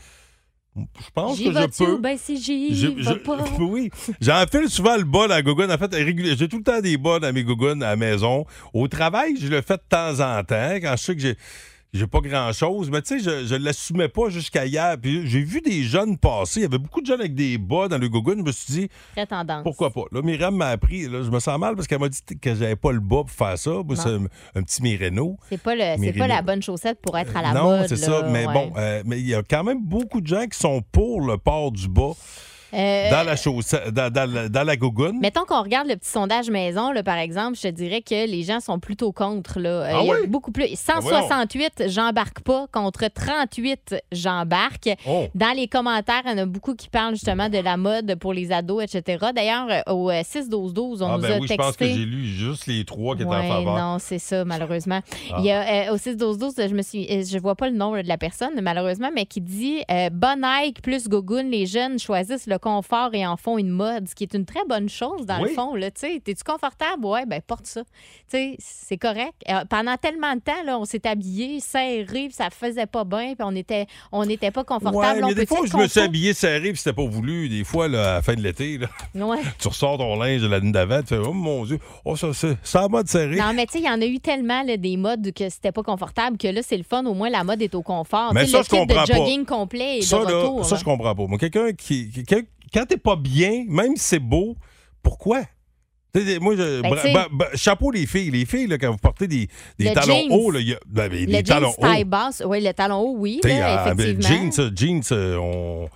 [SPEAKER 3] je pense
[SPEAKER 7] J'y
[SPEAKER 3] que je
[SPEAKER 7] vas-tu
[SPEAKER 3] peux.
[SPEAKER 7] ou ben si
[SPEAKER 3] Je-
[SPEAKER 7] j'y
[SPEAKER 3] je-
[SPEAKER 7] vais pas?
[SPEAKER 3] *laughs* oui, j'enfile souvent le bol à gogoune. En fait, régul- j'ai tout le temps des bols à mes gougounes à la maison. Au travail, je le fais de temps en temps quand je sais que j'ai j'ai pas grand-chose. Mais tu sais, je, je l'assumais pas jusqu'à hier. Puis j'ai vu des jeunes passer. Il y avait beaucoup de jeunes avec des bas dans le gogoune. Je me suis dit,
[SPEAKER 7] Très tendance.
[SPEAKER 3] pourquoi pas? Là, Myriam m'a appris. Là, je me sens mal parce qu'elle m'a dit que j'avais pas le bas pour faire ça. Moi,
[SPEAKER 7] Bon.
[SPEAKER 3] c'est un, un petit Mireno.
[SPEAKER 7] C'est pas, le, c'est
[SPEAKER 3] Mérino.
[SPEAKER 7] pas la bonne chaussette pour être à la
[SPEAKER 3] non,
[SPEAKER 7] mode.
[SPEAKER 3] c'est
[SPEAKER 7] là,
[SPEAKER 3] ça. Mais
[SPEAKER 7] ouais.
[SPEAKER 3] bon, euh, mais il y a quand même beaucoup de gens qui sont pour le port du bas
[SPEAKER 7] Euh,
[SPEAKER 3] dans la chaussette, dans, dans la- dans la gogoune.
[SPEAKER 7] Mettons qu'on regarde le petit sondage maison, là, par exemple, je te dirais que les gens sont plutôt contre. Là. Euh,
[SPEAKER 3] Ah
[SPEAKER 7] il y a
[SPEAKER 3] oui?
[SPEAKER 7] beaucoup plus. 168, j'embarque pas, contre 38, j'embarque.
[SPEAKER 3] Oh.
[SPEAKER 7] Dans les commentaires, il y en a beaucoup qui parlent justement de la mode pour les ados, etc. D'ailleurs, euh, au euh, 6-12-12, on
[SPEAKER 3] ah
[SPEAKER 7] nous
[SPEAKER 3] ben
[SPEAKER 7] a
[SPEAKER 3] oui,
[SPEAKER 7] texté.
[SPEAKER 3] je pense que j'ai lu juste les trois qui étaient
[SPEAKER 7] Ouais,
[SPEAKER 3] en faveur. Ah.
[SPEAKER 7] Non, c'est ça, malheureusement. Il y a euh, au 6-12-12, je me suis, euh, je vois pas le nom là, de la personne, malheureusement, mais qui dit euh, Bon Nike plus Gogoun, les jeunes choisissent le confort et en font une mode, ce qui est une très bonne chose dans
[SPEAKER 3] Oui.
[SPEAKER 7] le fond. Là, tu sais, t'es-tu confortable? Ouais, ben porte ça. Tu sais, c'est correct. Euh, pendant tellement de temps, là, on s'est habillé serré, puis ça faisait pas bien, puis on était, on n'était pas
[SPEAKER 3] Ouais,
[SPEAKER 7] confortable.
[SPEAKER 3] mais
[SPEAKER 7] on
[SPEAKER 3] des
[SPEAKER 7] peut-tu
[SPEAKER 3] fois,
[SPEAKER 7] être
[SPEAKER 3] je me suis
[SPEAKER 7] confort-
[SPEAKER 3] habillé serré puis c'était pas voulu. Des fois, là, à la fin de l'été, là, *laughs*
[SPEAKER 7] Ouais.
[SPEAKER 3] tu ressors ton linge de la nuit d'avant, tu fais Oh mon Dieu, oh, ça, c'est ça en mode serré.
[SPEAKER 7] Non, mais tu sais, il y en a eu tellement là, des modes que c'était pas confortable que là, c'est le fun. Au moins, la mode est au confort.
[SPEAKER 3] Mais
[SPEAKER 7] Tu sais,
[SPEAKER 3] ça,
[SPEAKER 7] le
[SPEAKER 3] je
[SPEAKER 7] kit
[SPEAKER 3] comprends
[SPEAKER 7] de
[SPEAKER 3] pas.
[SPEAKER 7] jogging complet et
[SPEAKER 3] ça,
[SPEAKER 7] de
[SPEAKER 3] là,
[SPEAKER 7] retour.
[SPEAKER 3] ça,
[SPEAKER 7] là.
[SPEAKER 3] je comprends pas. Moi, quelqu'un qui. qui- quelqu'un- quand t'es pas bien, même si c'est beau, pourquoi? Tu sais, Moi, je-
[SPEAKER 7] Ben,
[SPEAKER 3] bra-
[SPEAKER 7] tu sais-
[SPEAKER 3] ba- ba- chapeau les filles. Les filles, là, quand vous portez des, des
[SPEAKER 7] Le
[SPEAKER 3] talons
[SPEAKER 7] jeans.
[SPEAKER 3] hauts, là, il y a- ben, ben,
[SPEAKER 7] le
[SPEAKER 3] des talons
[SPEAKER 7] jeans
[SPEAKER 3] hauts.
[SPEAKER 7] taille basse, oui, le talon haut, oui,
[SPEAKER 3] T'sais,
[SPEAKER 7] là,
[SPEAKER 3] ah, ben,
[SPEAKER 7] effectivement.
[SPEAKER 3] jeans, euh, jeans, euh, on-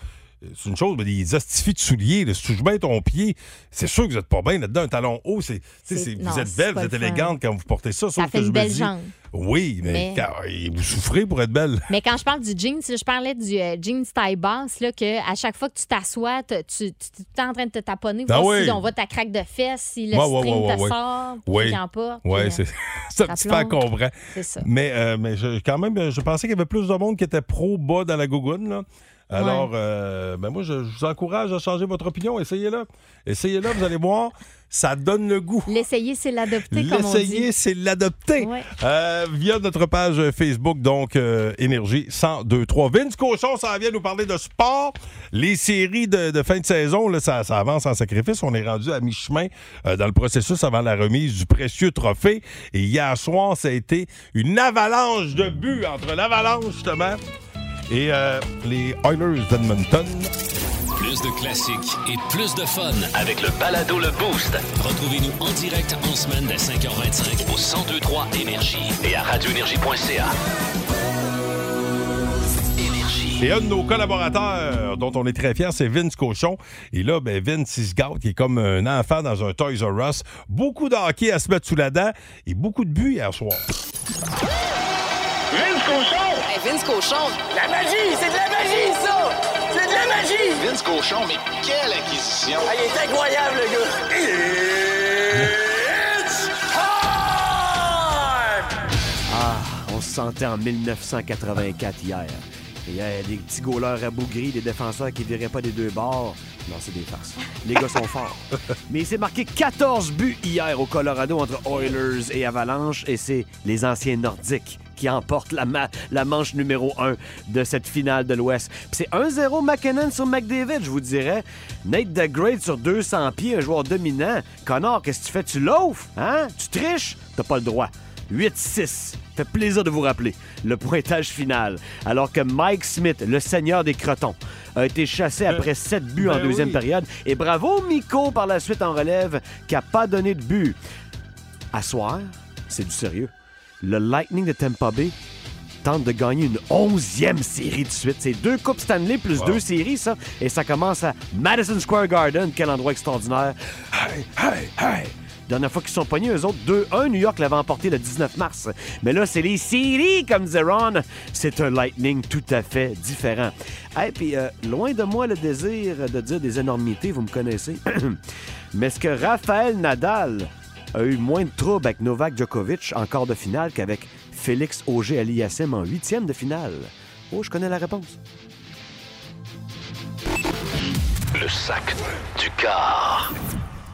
[SPEAKER 3] c'est une chose, mais des astifies de souliers, là, si tu touches bien ton pied, c'est sûr que vous n'êtes pas bien là-dedans. Un talon haut, c'est, t'sais,
[SPEAKER 7] C'est-
[SPEAKER 3] c'est-
[SPEAKER 7] non,
[SPEAKER 3] vous êtes
[SPEAKER 7] c'est
[SPEAKER 3] belle,
[SPEAKER 7] pas
[SPEAKER 3] vous êtes
[SPEAKER 7] le fun.
[SPEAKER 3] élégante quand vous portez ça.
[SPEAKER 7] Ça
[SPEAKER 3] sauf
[SPEAKER 7] fait
[SPEAKER 3] que
[SPEAKER 7] une
[SPEAKER 3] je me
[SPEAKER 7] belle
[SPEAKER 3] dis,
[SPEAKER 7] jambe.
[SPEAKER 3] Oui, mais,
[SPEAKER 7] Mais-
[SPEAKER 3] quand- et vous souffrez pour être belle.
[SPEAKER 7] Mais quand je parle du jeans, je parlais du euh, jeans taille basse, là, que à chaque fois que tu t'assois, t- tu, tu- tu es en train de te taponner,
[SPEAKER 3] Ah
[SPEAKER 7] voir
[SPEAKER 3] oui.
[SPEAKER 7] si on voit ta craque de fesses, si le
[SPEAKER 3] Ouais, ouais,
[SPEAKER 7] string
[SPEAKER 3] ouais, ouais,
[SPEAKER 7] te
[SPEAKER 3] ouais.
[SPEAKER 7] sort,
[SPEAKER 3] Oui.
[SPEAKER 7] qui en porte.
[SPEAKER 3] Ouais,
[SPEAKER 7] puis, euh,
[SPEAKER 3] c'est, c'est *laughs* un
[SPEAKER 7] ça
[SPEAKER 3] petit peu
[SPEAKER 7] plombe.
[SPEAKER 3] encombrant.
[SPEAKER 7] C'est ça.
[SPEAKER 3] euh, Mais, euh, mais je- quand même, je pensais qu'il y avait plus de monde qui était pro-bas dans la gougoune. là. Alors, euh, ben moi, je, je vous encourage à changer votre opinion. Essayez-le. Essayez-le, vous allez voir, ça donne le goût.
[SPEAKER 7] L'essayer, c'est l'adopter, comme on dit.
[SPEAKER 3] L'essayer, c'est l'adopter.
[SPEAKER 7] Ouais.
[SPEAKER 3] Euh, via notre page Facebook, donc euh, Énergie 1023. Vince Cochon, ça vient nous parler de sport. Les séries de, de fin de saison, là, ça, ça avance en sacrifice. On est rendu à mi-chemin euh, dans le processus avant la remise du précieux trophée. Et hier soir, ça a été une avalanche de buts entre l'avalanche, justement, et euh, les Oilers d'Edmonton.
[SPEAKER 2] Plus de classiques et plus de fun avec le balado Le Boost. Retrouvez-nous en direct en semaine dès 5h25 au 1023 Énergie et à radioénergie.ca.
[SPEAKER 3] Et un de nos collaborateurs dont on est très fiers, c'est Vince Cochon. Et là, ben, Vince, il se gâte, il est comme un enfant dans un Toys R Us. Beaucoup de hockey à se mettre sous la dent et beaucoup de buts hier soir.
[SPEAKER 15] Vince Cochon! Vince Cochon! La magie! C'est de la magie, ça! C'est de la magie! Vince Cochon, mais quelle acquisition! il est incroyable, le gars! It's
[SPEAKER 16] Ah, on se sentait en 1984 hier. Et il y a des petits gauleurs abougris, des défenseurs qui viraient pas des deux bords. Non, c'est des farces. Les gars
[SPEAKER 3] *laughs*
[SPEAKER 16] sont forts. Mais il s'est marqué 14 buts hier au Colorado entre Oilers et Avalanche, et c'est les anciens Nordiques qui emportent la, ma- la manche numéro 1 de cette finale de l'Ouest. Puis c'est 1-0 McKinnon sur McDavid, je vous dirais. Nate DeGrade sur 200 pieds, un joueur dominant. Connor, qu'est-ce que tu fais? Tu loafes? Hein? Tu triches? T'as pas le droit. 8-6. Fait plaisir de vous rappeler le pointage final. Alors que Mike Smith, le seigneur des crotons, a été
[SPEAKER 17] Euh,
[SPEAKER 16] chassé après 7 buts en
[SPEAKER 18] ben
[SPEAKER 16] deuxième
[SPEAKER 18] oui.
[SPEAKER 16] période. Et bravo Miko par la suite en relève qui n'a pas donné de but. À soir, c'est du sérieux. Le Lightning de Tampa Bay tente de gagner une onzième série de suite. C'est deux Coupes Stanley plus deux séries, ça. Et ça commence à Madison Square Garden. Quel endroit extraordinaire. Hey, hey, hey! Dernière fois qu'ils sont pognés, eux autres, 2-1, New York l'avait emporté le 19 mars. Mais là, c'est les séries, comme disait Ron. C'est un Lightning tout à fait différent. Et puis, euh, loin de moi le désir de dire des énormités, vous me connaissez. *clears throat* Mais ce que Raphaël Nadal a eu moins de troubles avec Novak Djokovic en quart de finale qu'avec Félix Auger Aliassime en huitième de finale? Oh, je connais la réponse.
[SPEAKER 2] Le sac du car.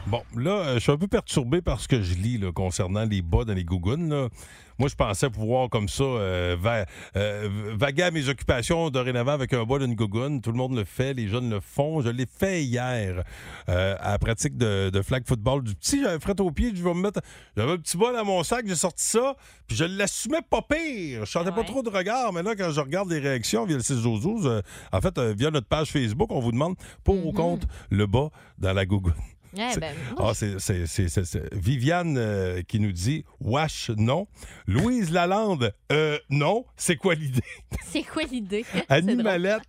[SPEAKER 3] Bon, là, euh, je suis un peu perturbé par ce que je lis là, concernant les bas dans les gougounes. là. Moi, je pensais pouvoir, comme ça, euh, va- euh, vaguer à mes occupations dorénavant avec un bas d'une gougoune. Tout le monde le fait, les jeunes le font. Je l'ai fait hier euh, à la pratique de, de flag football. Du petit, j'avais fret au pied, je vais me mettre... J'avais un petit bas dans mon sac, j'ai sorti ça, puis je l'assumais pas pire. Je chantais pas trop de regard, mais là, quand je regarde les réactions via le 6 12 en fait, euh, via notre page Facebook, on vous demande, pour ou contre, le bas dans la gougoune.
[SPEAKER 7] Eh
[SPEAKER 3] C'est-
[SPEAKER 7] ben,
[SPEAKER 3] ah, c'est- c'est- c'est- c'est- c'est- Viviane euh, qui nous dit Wash, non. Louise Lalande, euh, non. C'est quoi l'idée?
[SPEAKER 7] *laughs* C'est quoi l'idée?
[SPEAKER 3] Annie Mallette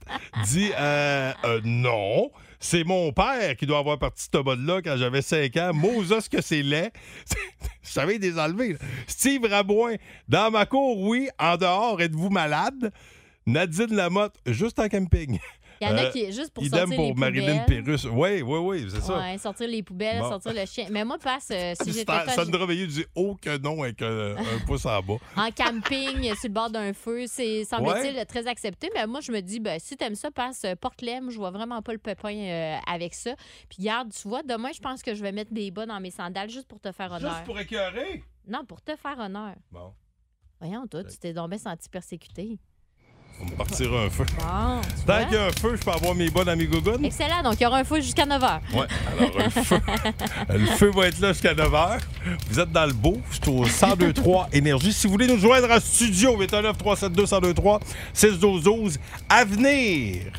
[SPEAKER 3] dit euh, euh, non. C'est mon père qui doit avoir parti ce bas-là quand j'avais 5 ans. Moses, que c'est laid. *laughs* Je savais des enlevés. là. Steve Rabouin, dans ma cour, oui. En dehors, êtes-vous malade? Nadine Lamotte, juste en camping.
[SPEAKER 7] Il y en a
[SPEAKER 3] Euh,
[SPEAKER 7] qui, juste pour
[SPEAKER 3] Idem
[SPEAKER 7] sortir
[SPEAKER 3] pour
[SPEAKER 7] les
[SPEAKER 3] Marilyn
[SPEAKER 7] poubelles.
[SPEAKER 3] Pérus. Oui, oui, oui, c'est ça.
[SPEAKER 7] Ouais, sortir les poubelles,
[SPEAKER 3] Bon.
[SPEAKER 7] sortir le chien. Mais moi, passe, euh,
[SPEAKER 3] Ah,
[SPEAKER 7] si j'étais
[SPEAKER 3] Sandra-
[SPEAKER 7] toi,
[SPEAKER 3] Sandra Veilleux dit oh que non avec euh, un pouce en bas.
[SPEAKER 7] en camping, euh, sur le bord d'un feu, c'est, semble-t-il, très accepté. Mais moi, je me dis, ben, si t'aimes ça, passe, euh, porte-les. Moi, Je vois vraiment pas le pépin euh, avec ça. Puis garde, tu vois, demain, je pense que je vais mettre des bas dans mes sandales juste pour te faire honneur.
[SPEAKER 3] Juste pour écœurer.
[SPEAKER 7] Non, pour te faire honneur.
[SPEAKER 3] Bon,
[SPEAKER 7] Voyons, toi, tu t'es donc bien senti persécuté.
[SPEAKER 3] on me partira un feu.
[SPEAKER 7] Bon, tu
[SPEAKER 3] Tant
[SPEAKER 7] vois?
[SPEAKER 3] qu'il y a un feu, je peux avoir mes bonnes amis gougounes.
[SPEAKER 7] Excellent. Donc, il y aura un feu jusqu'à 9 h.
[SPEAKER 3] Ouais, alors un feu. *laughs* Le feu va être là jusqu'à 9h. Vous êtes dans le beau. Je suis au 1023 *laughs* Énergie. Si vous voulez nous joindre en studio, 819 372 1023 612 12 à venir.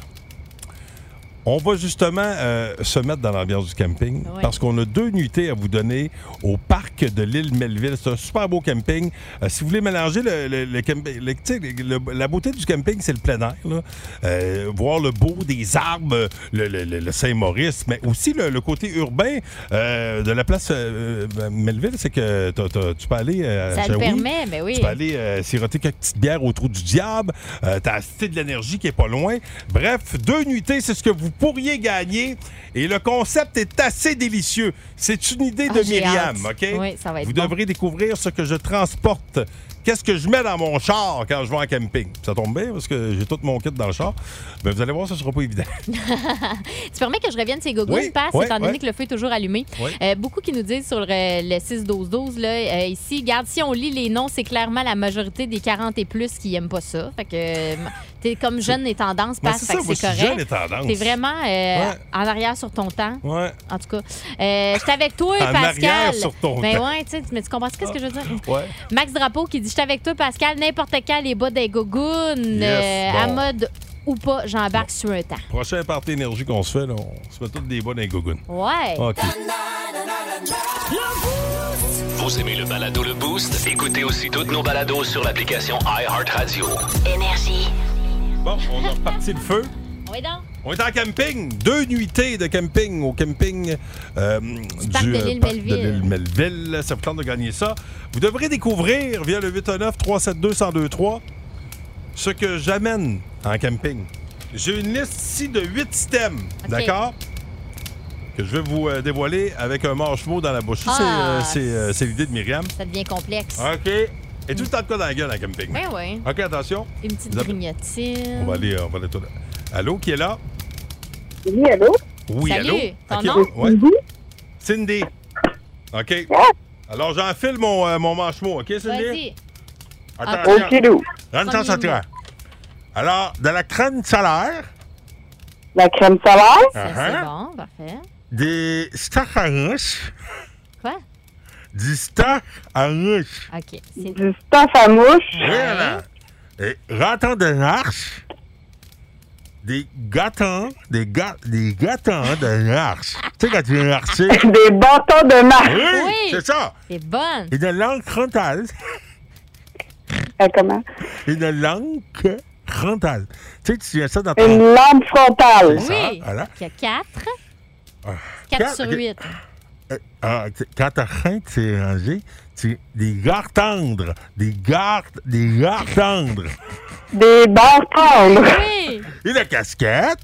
[SPEAKER 3] On va justement euh, se mettre dans l'ambiance du camping
[SPEAKER 17] Ouais.
[SPEAKER 3] parce qu'on a deux nuitées à vous donner au parc de l'île Melville. C'est un super beau camping. Euh, si vous voulez mélanger le, le- le camp- le- tu sais, le- le- la beauté du camping, c'est le plein air. là. Euh, voir le beau des arbres, le, le- le- le Saint-Maurice, mais aussi le, le côté urbain euh, de la place euh, euh, Melville, c'est que t'as- t'as- tu peux aller. euh,
[SPEAKER 7] Ça le
[SPEAKER 3] Shawi.
[SPEAKER 7] permet, mais oui.
[SPEAKER 3] Tu peux aller euh, siroter quelques petites bières au trou du diable. Euh, T'as la cité de l'énergie qui est pas loin. Bref, deux nuitées, c'est ce que vous pourriez gagner. Et le concept est assez délicieux. C'est une idée
[SPEAKER 7] Ah,
[SPEAKER 3] de
[SPEAKER 7] j'ai
[SPEAKER 3] Myriam,
[SPEAKER 7] hâte.
[SPEAKER 3] OK?
[SPEAKER 7] Oui, ça va être
[SPEAKER 3] vous
[SPEAKER 7] bon.
[SPEAKER 3] devrez découvrir ce que je transporte. Qu'est-ce que je mets dans mon char quand je vais en camping? Ça tombe bien parce que j'ai tout mon kit dans le char. Mais vous allez voir, ça sera pas évident. *laughs*
[SPEAKER 7] tu permets que je revienne ces gogoons
[SPEAKER 3] Oui,
[SPEAKER 7] passe,
[SPEAKER 3] oui,
[SPEAKER 7] étant
[SPEAKER 3] oui.
[SPEAKER 7] donné que le feu est toujours allumé.
[SPEAKER 3] Oui.
[SPEAKER 7] Euh, beaucoup qui nous disent sur euh, le 6-12-12, là, euh, ici, garde, si on lit les noms, c'est clairement la majorité des 40 et plus qui aiment pas ça. Fait que euh, t'es comme jeune et tendance,
[SPEAKER 3] Moi,
[SPEAKER 7] passe,
[SPEAKER 3] c'est
[SPEAKER 7] fait
[SPEAKER 3] ça,
[SPEAKER 7] que
[SPEAKER 3] moi,
[SPEAKER 7] c'est
[SPEAKER 3] je
[SPEAKER 7] correct.
[SPEAKER 3] suis jeune et tendance.
[SPEAKER 7] T'es vraiment euh,
[SPEAKER 3] Ouais.
[SPEAKER 7] en arrière sur ton temps.
[SPEAKER 3] Ouais.
[SPEAKER 7] En tout cas, euh, je suis avec toi,
[SPEAKER 3] *laughs* En
[SPEAKER 7] Pascal.
[SPEAKER 3] arrière sur ton
[SPEAKER 7] ben
[SPEAKER 3] temps. Ah.
[SPEAKER 7] ouais, tu sais, mais tu comprends ce que je veux dire?
[SPEAKER 3] Ouais.
[SPEAKER 7] Max Drapeau qui dit Je suis avec toi, Pascal, n'importe quand, les bas des gougounes,
[SPEAKER 3] Yes,
[SPEAKER 7] à
[SPEAKER 3] bon.
[SPEAKER 7] mode ou pas, j'embarque sur un temps.
[SPEAKER 3] Prochain party énergie qu'on se fait, là, on se met toutes des bonnes dans les gougounes.
[SPEAKER 7] Ouais.
[SPEAKER 3] OK.
[SPEAKER 2] Vous aimez le balado Le Boost? Écoutez aussi toutes nos balados sur l'application iHeartRadio.
[SPEAKER 4] énergie.
[SPEAKER 3] Bon, on a reparti le feu.
[SPEAKER 7] Oui, donc.
[SPEAKER 3] On est en camping, deux nuitées de camping au camping euh, du,
[SPEAKER 7] parc de
[SPEAKER 3] euh,
[SPEAKER 7] l'île
[SPEAKER 3] parc de
[SPEAKER 7] Melville.
[SPEAKER 3] l'île Melville. Ça vous tente de gagner ça. Vous devrez découvrir via le 819-372-1023 ce que j'amène en camping. J'ai une liste ici de huit items, d'accord? Que je vais vous euh, dévoiler avec un marshmallow dans la bouche. Ça, c'est, euh,
[SPEAKER 7] Ah.
[SPEAKER 3] C'est euh, c'est l'idée de Myriam.
[SPEAKER 7] Ça devient complexe.
[SPEAKER 3] OK. Et tout le temps de quoi dans la gueule en camping?
[SPEAKER 7] Ben oui.
[SPEAKER 3] OK, attention.
[SPEAKER 7] Une petite
[SPEAKER 3] Vous avez-
[SPEAKER 7] grignotine.
[SPEAKER 3] On va aller, euh, on va aller tout là. Allô, qui est là?
[SPEAKER 18] Oui, allô?
[SPEAKER 3] Oui,
[SPEAKER 7] Salut,
[SPEAKER 3] allô?
[SPEAKER 7] ton
[SPEAKER 3] Ok,
[SPEAKER 7] nom?
[SPEAKER 3] ouais. Cindy. OK. Alors, j'enfile mon, euh, mon manchemot, OK, Cindy?
[SPEAKER 7] Vas-y. Ah,
[SPEAKER 3] Attention.
[SPEAKER 18] Ok, nous.
[SPEAKER 3] Rentre ça sur
[SPEAKER 18] Premier
[SPEAKER 3] toi. Alors, de la crème solaire,
[SPEAKER 18] La crème solaire?
[SPEAKER 3] Ça, c'est
[SPEAKER 7] bon, parfait.
[SPEAKER 3] des stocks à mousse.
[SPEAKER 7] Quoi?
[SPEAKER 3] Du stock à mousse.
[SPEAKER 7] OK. c'est-
[SPEAKER 18] Du stuff à mouche?
[SPEAKER 3] Oui, là. Et rentre de marche, des gâtons, des, ga des gâtons de marche. tu sais, quand tu veux marcher.
[SPEAKER 18] Des bâtons de marche.
[SPEAKER 3] Oui, c'est ça.
[SPEAKER 7] C'est bonne.
[SPEAKER 3] Et de l'encre frontale.
[SPEAKER 18] Euh, comment?
[SPEAKER 3] Une langue frontale. Tu sais, tu viens ça dans
[SPEAKER 18] Une lampe frontale.
[SPEAKER 3] C'est ça,
[SPEAKER 7] Oui.
[SPEAKER 3] voilà.
[SPEAKER 7] Il y a 4.
[SPEAKER 3] Ah.
[SPEAKER 7] 4
[SPEAKER 3] Quatre,
[SPEAKER 7] sur
[SPEAKER 3] ok.
[SPEAKER 7] 8.
[SPEAKER 3] Euh, ah, tu- quand t'as faim, tu es rangé, tu des gars tendres, des gars, des gars tendres.
[SPEAKER 18] Des barres tendres.
[SPEAKER 7] Oui.
[SPEAKER 3] Une casquette.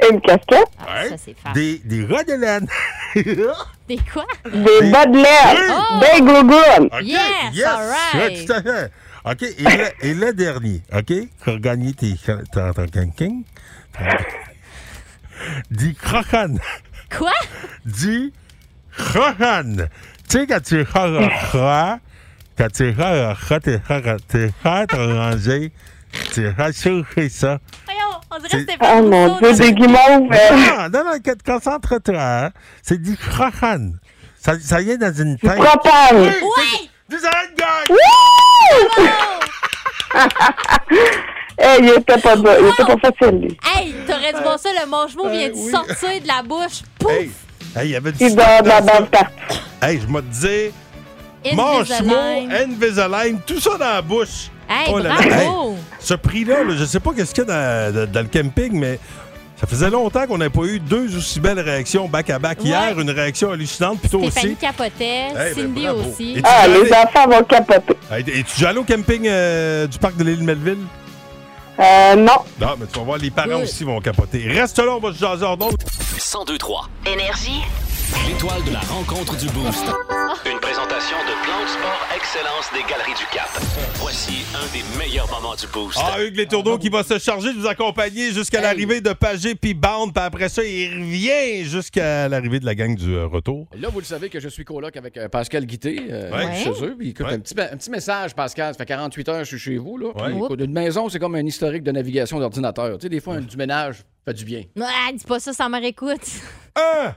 [SPEAKER 18] *laughs* Une casquette.
[SPEAKER 3] Ouais.
[SPEAKER 7] Ah, ça, c'est fort.
[SPEAKER 3] Des, des rats de laine.
[SPEAKER 7] Des quoi? Oh!
[SPEAKER 18] Des bas de
[SPEAKER 3] Oui.
[SPEAKER 18] l'air. Des gougounes.
[SPEAKER 3] OK,
[SPEAKER 7] Yes, all right.
[SPEAKER 3] Ouais, tout à fait. OK, et le, et le dernier, OK, pour gagner tes, ton, ton king-king, du crocan.
[SPEAKER 7] Quoi?
[SPEAKER 3] Du crocan. Tu sais, quand tu crocan, quand tu crocan, tu crocan, tu crocan, tu rangé, tu rachouches ça.
[SPEAKER 7] Voyons, on dirait
[SPEAKER 3] C'est-
[SPEAKER 7] que c'était
[SPEAKER 18] Oh mon Dieu, des guimauves. euh,
[SPEAKER 3] Non, non, non, écoute, concentre-toi. hein. C'est du crocan. Ça, ça vient dans une tête.
[SPEAKER 18] Propane.
[SPEAKER 7] Oui!
[SPEAKER 3] Des arènes gang!
[SPEAKER 18] Wouh! Eh, il était pas, bon, il était pas facile, lui.
[SPEAKER 7] Hey, t'aurais dû voir ça, le manchemot vient de sortir de la bouche. Pouf!
[SPEAKER 3] Euh, Hey, hey, il y avait du
[SPEAKER 18] Il
[SPEAKER 3] stock
[SPEAKER 18] dort de la
[SPEAKER 3] dans ça.
[SPEAKER 18] bande partout.
[SPEAKER 3] Hey, je vais te dire,
[SPEAKER 7] Invisalign.
[SPEAKER 3] Manchemot, Invisalign, tout ça dans la bouche.
[SPEAKER 7] Hey,
[SPEAKER 3] oh là là.
[SPEAKER 7] bravo!
[SPEAKER 3] ce prix-là, là, je sais pas qu'est-ce qu'il y a dans, dans- dans le camping, mais ça faisait longtemps qu'on n'avait pas eu deux aussi belles réactions back-à-back.
[SPEAKER 7] Ouais.
[SPEAKER 3] Hier, une réaction hallucinante, plutôt
[SPEAKER 7] Stéphanie
[SPEAKER 3] aussi.
[SPEAKER 7] capotait,
[SPEAKER 3] ben,
[SPEAKER 7] Cindy
[SPEAKER 3] bravo.
[SPEAKER 7] aussi.
[SPEAKER 3] Et tu-
[SPEAKER 18] Ah, les enfants vont capoter.
[SPEAKER 3] Hey, Es-tu allé au camping euh, du parc de l'île Melville?
[SPEAKER 18] Euh, non.
[SPEAKER 3] Non, mais tu vas voir, les parents
[SPEAKER 7] Oui.
[SPEAKER 3] aussi vont capoter. Reste là, on va se jaser hors d'onde.
[SPEAKER 2] 1023.
[SPEAKER 4] Énergie.
[SPEAKER 2] L'étoile de la rencontre du Boost. Une présentation de Plan de Sport Excellence des Galeries du Cap. Voici un des meilleurs moments du Boost.
[SPEAKER 3] Ah, Hugues Les Tourneaux qui va se charger de vous accompagner jusqu'à l'arrivée de Pagé puis Bound. Puis après ça, il revient jusqu'à l'arrivée de la gang du euh, retour.
[SPEAKER 17] Là, vous le savez que je suis coloc avec euh, Pascal Guité euh,
[SPEAKER 3] Ouais.
[SPEAKER 17] chez eux. Puis, écoute, un, petit, un petit message, Pascal. Ça fait 48 heures que je suis chez vous. Là. Puis,
[SPEAKER 7] Ouais.
[SPEAKER 17] écoute, une maison, c'est comme un historique de navigation d'ordinateur. Tu sais, des fois, un- du ménage fait du bien.
[SPEAKER 7] Ah, dis pas ça, ça mère écoute.
[SPEAKER 3] Hein?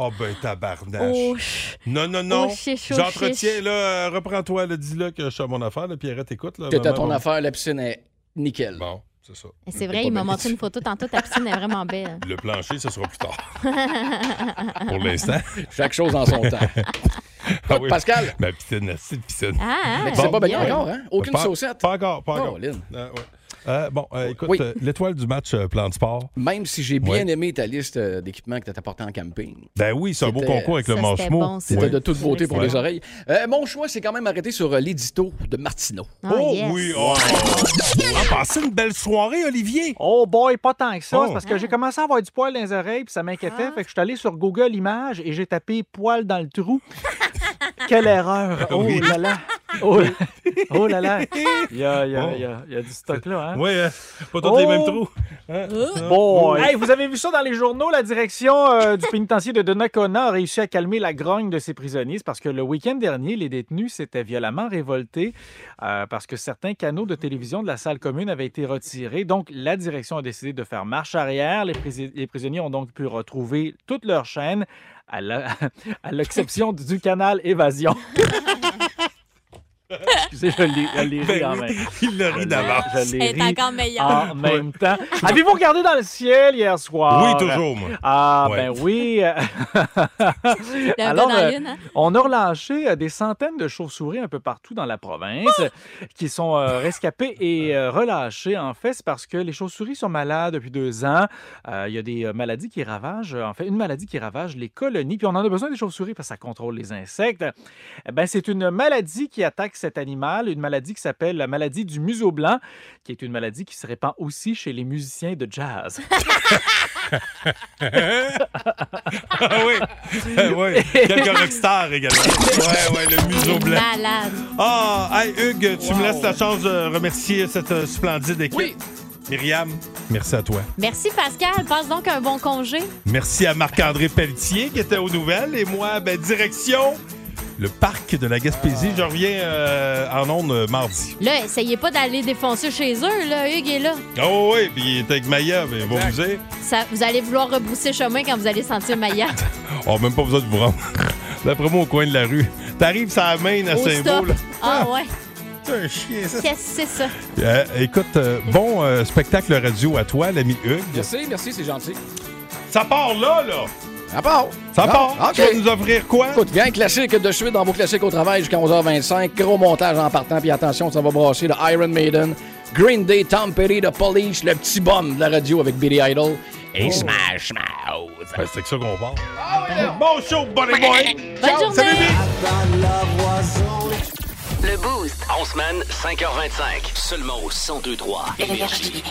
[SPEAKER 3] Oh ben tabarnache.
[SPEAKER 7] Oh, ch-
[SPEAKER 3] non, non, non.
[SPEAKER 7] oh, chiche, oh,
[SPEAKER 3] J'entretiens,
[SPEAKER 7] chiche.
[SPEAKER 3] là, euh, reprends-toi, là, dis-le que je suis à mon affaire, là, Pierrette, écoute. Là,
[SPEAKER 17] T'es à
[SPEAKER 3] maman,
[SPEAKER 17] ton
[SPEAKER 3] bon.
[SPEAKER 17] affaire, la piscine est nickel.
[SPEAKER 3] Bon, c'est ça.
[SPEAKER 7] Et C'est vrai, il m'a montré une photo tantôt, ta piscine est vraiment belle.
[SPEAKER 3] Le plancher, ce sera plus tard, *laughs* pour
[SPEAKER 17] *laughs*
[SPEAKER 3] l'instant.
[SPEAKER 17] Chaque chose en son temps.
[SPEAKER 16] *laughs*
[SPEAKER 3] Ah oui.
[SPEAKER 17] Pascal.
[SPEAKER 3] Ma piscine, c'est une piscine.
[SPEAKER 7] Ah,
[SPEAKER 17] Mais tu
[SPEAKER 7] ah.
[SPEAKER 17] sais pas
[SPEAKER 3] Bon,
[SPEAKER 17] bien
[SPEAKER 3] ouais. Euh,
[SPEAKER 17] encore, hein? Aucune
[SPEAKER 3] Pas-
[SPEAKER 17] saucette.
[SPEAKER 3] Pas encore, pas encore.
[SPEAKER 17] Colin.
[SPEAKER 3] Euh, ouais. Euh, bon, euh, écoute,
[SPEAKER 17] Oui.
[SPEAKER 3] euh, l'étoile du match euh, plan de sport.
[SPEAKER 17] Même si j'ai bien
[SPEAKER 3] Ouais.
[SPEAKER 17] aimé ta liste euh, d'équipements que t'as apporté en camping.
[SPEAKER 3] Ben oui, c'est un beau
[SPEAKER 17] C'était-
[SPEAKER 3] concours avec le
[SPEAKER 7] Ça, c'était
[SPEAKER 3] manchemot.
[SPEAKER 7] bon, ça.
[SPEAKER 17] C'était
[SPEAKER 3] Ouais.
[SPEAKER 17] de toute beauté
[SPEAKER 7] Ouais,
[SPEAKER 17] pour
[SPEAKER 7] c'est
[SPEAKER 17] les
[SPEAKER 7] bon.
[SPEAKER 17] oreilles. Euh, mon choix, c'est quand même arrêté sur euh, l'édito de Martineau.
[SPEAKER 7] Ah,
[SPEAKER 3] Oh
[SPEAKER 7] yes.
[SPEAKER 3] oui, oh. on a passé une belle soirée, Olivier.
[SPEAKER 12] Oh boy, pas tant que ça.
[SPEAKER 3] Oh.
[SPEAKER 12] C'est parce que j'ai commencé à avoir du poil dans les oreilles, puis ça m'inquiétait. Fait que je suis allé sur Google Images et j'ai tapé poil dans le trou. Quelle erreur! Oh
[SPEAKER 11] Oui.
[SPEAKER 12] là là! Oh, là- oh là là! Il y a, il y a- il y a- il y a du stock là, hein?
[SPEAKER 3] Oui, euh, pas tous les
[SPEAKER 12] Oh.
[SPEAKER 3] mêmes trous. *laughs*
[SPEAKER 12] Boy. Hey, vous avez vu ça dans les journaux, la direction euh, du pénitencier de Donnacona a réussi à calmer la grogne de ses prisonniers C'est parce que le week-end dernier, les détenus s'étaient violemment révoltés euh, parce que certains canaux de télévision de la salle commune avaient été retirés. Donc, la direction a décidé de faire marche arrière. Les, prisi- les prisonniers ont donc pu retrouver toutes leurs chaînes à la- *laughs* à l'exception du canal Évasion. *laughs* Excusez, je l'ai je l'ai ri
[SPEAKER 11] Ben
[SPEAKER 12] en
[SPEAKER 11] oui,
[SPEAKER 12] même
[SPEAKER 3] Il le rit d'avance.
[SPEAKER 12] Je l'ai
[SPEAKER 11] Elle est
[SPEAKER 12] ri
[SPEAKER 11] encore meilleure.
[SPEAKER 17] Ah.
[SPEAKER 12] En même temps. Avez-vous regardé dans le ciel hier soir?
[SPEAKER 3] Oui, toujours, moi. *laughs*
[SPEAKER 12] Ah,
[SPEAKER 3] Ouais.
[SPEAKER 12] ben
[SPEAKER 3] *laughs*
[SPEAKER 12] oui.
[SPEAKER 11] gars
[SPEAKER 12] Alors,
[SPEAKER 11] dans
[SPEAKER 12] euh,
[SPEAKER 11] l'une, hein?
[SPEAKER 12] on a relâché euh, des centaines de chauves-souris un peu partout dans la province euh, qui sont euh, rescapées et euh, relâchées. En fait, c'est parce que les chauves-souris sont malades depuis deux ans. Euh, Il y a des euh, maladies qui ravagent, euh, en fait, une maladie qui ravage les colonies. Puis on en a besoin des chauves-souris parce que ça contrôle les insectes. Eh ben, c'est une maladie qui attaque cet animal, une maladie qui s'appelle la maladie du museau blanc, qui est une maladie qui se répand aussi chez les musiciens de jazz.
[SPEAKER 3] Ah oui. Eh oui. Quelques rockstars également. Ouais, ouais, le museau blanc.
[SPEAKER 7] Malade.
[SPEAKER 3] Ah, hey, Hugues, tu me laisses la chance de remercier cette euh, splendide équipe. Oui. Myriam, merci à toi.
[SPEAKER 7] Merci Pascal, passe donc un bon congé.
[SPEAKER 3] Merci à Marc-André Pelletier qui était aux nouvelles. Et moi, ben, direction le parc de la Gaspésie. Je reviens euh, en ondes euh, mardi.
[SPEAKER 7] Là, essayez pas d'aller défoncer chez eux, là. Hugues est là.
[SPEAKER 3] Oh oui, puis il était avec Maya, mais bon, vous savez,
[SPEAKER 7] Ça- vous allez vouloir rebrousser chemin quand vous allez
[SPEAKER 17] *laughs*
[SPEAKER 7] sentir Maya.
[SPEAKER 3] on n'a même pas besoin de vous rendre. *laughs* D'après moi, au coin de la rue. T'arrives, ça amène à
[SPEAKER 7] Au
[SPEAKER 3] Saint-Beau.
[SPEAKER 7] stop.
[SPEAKER 3] là.
[SPEAKER 7] Ah ouais.
[SPEAKER 3] C'est un chien, ça.
[SPEAKER 7] Qu'est-ce que c'est ça?
[SPEAKER 3] Euh, écoute, euh, bon euh, spectacle radio à toi, l'ami Hugues.
[SPEAKER 17] Merci, merci, c'est gentil.
[SPEAKER 3] Ça part là, là!
[SPEAKER 17] Ça part!
[SPEAKER 3] Ça
[SPEAKER 17] Bon,
[SPEAKER 3] part! Tu
[SPEAKER 17] ok.
[SPEAKER 3] vas nous offrir quoi?
[SPEAKER 17] Écoute, viens, classique de suite dans vos classiques au travail jusqu'à 11h25. Gros montage en partant, puis attention, ça va brasser le Iron Maiden, Green Day, Tom Petty, The Police, le petit bum de la radio avec Billy Idol et
[SPEAKER 3] Oh.
[SPEAKER 17] Smash Mouth.
[SPEAKER 3] Ben, c'est que ça qu'on part. Bon show, bonne boy!
[SPEAKER 7] *laughs* Bonne journée!
[SPEAKER 2] Le Boost. En semaine, 5h25. Seulement au 102.3 Énergie.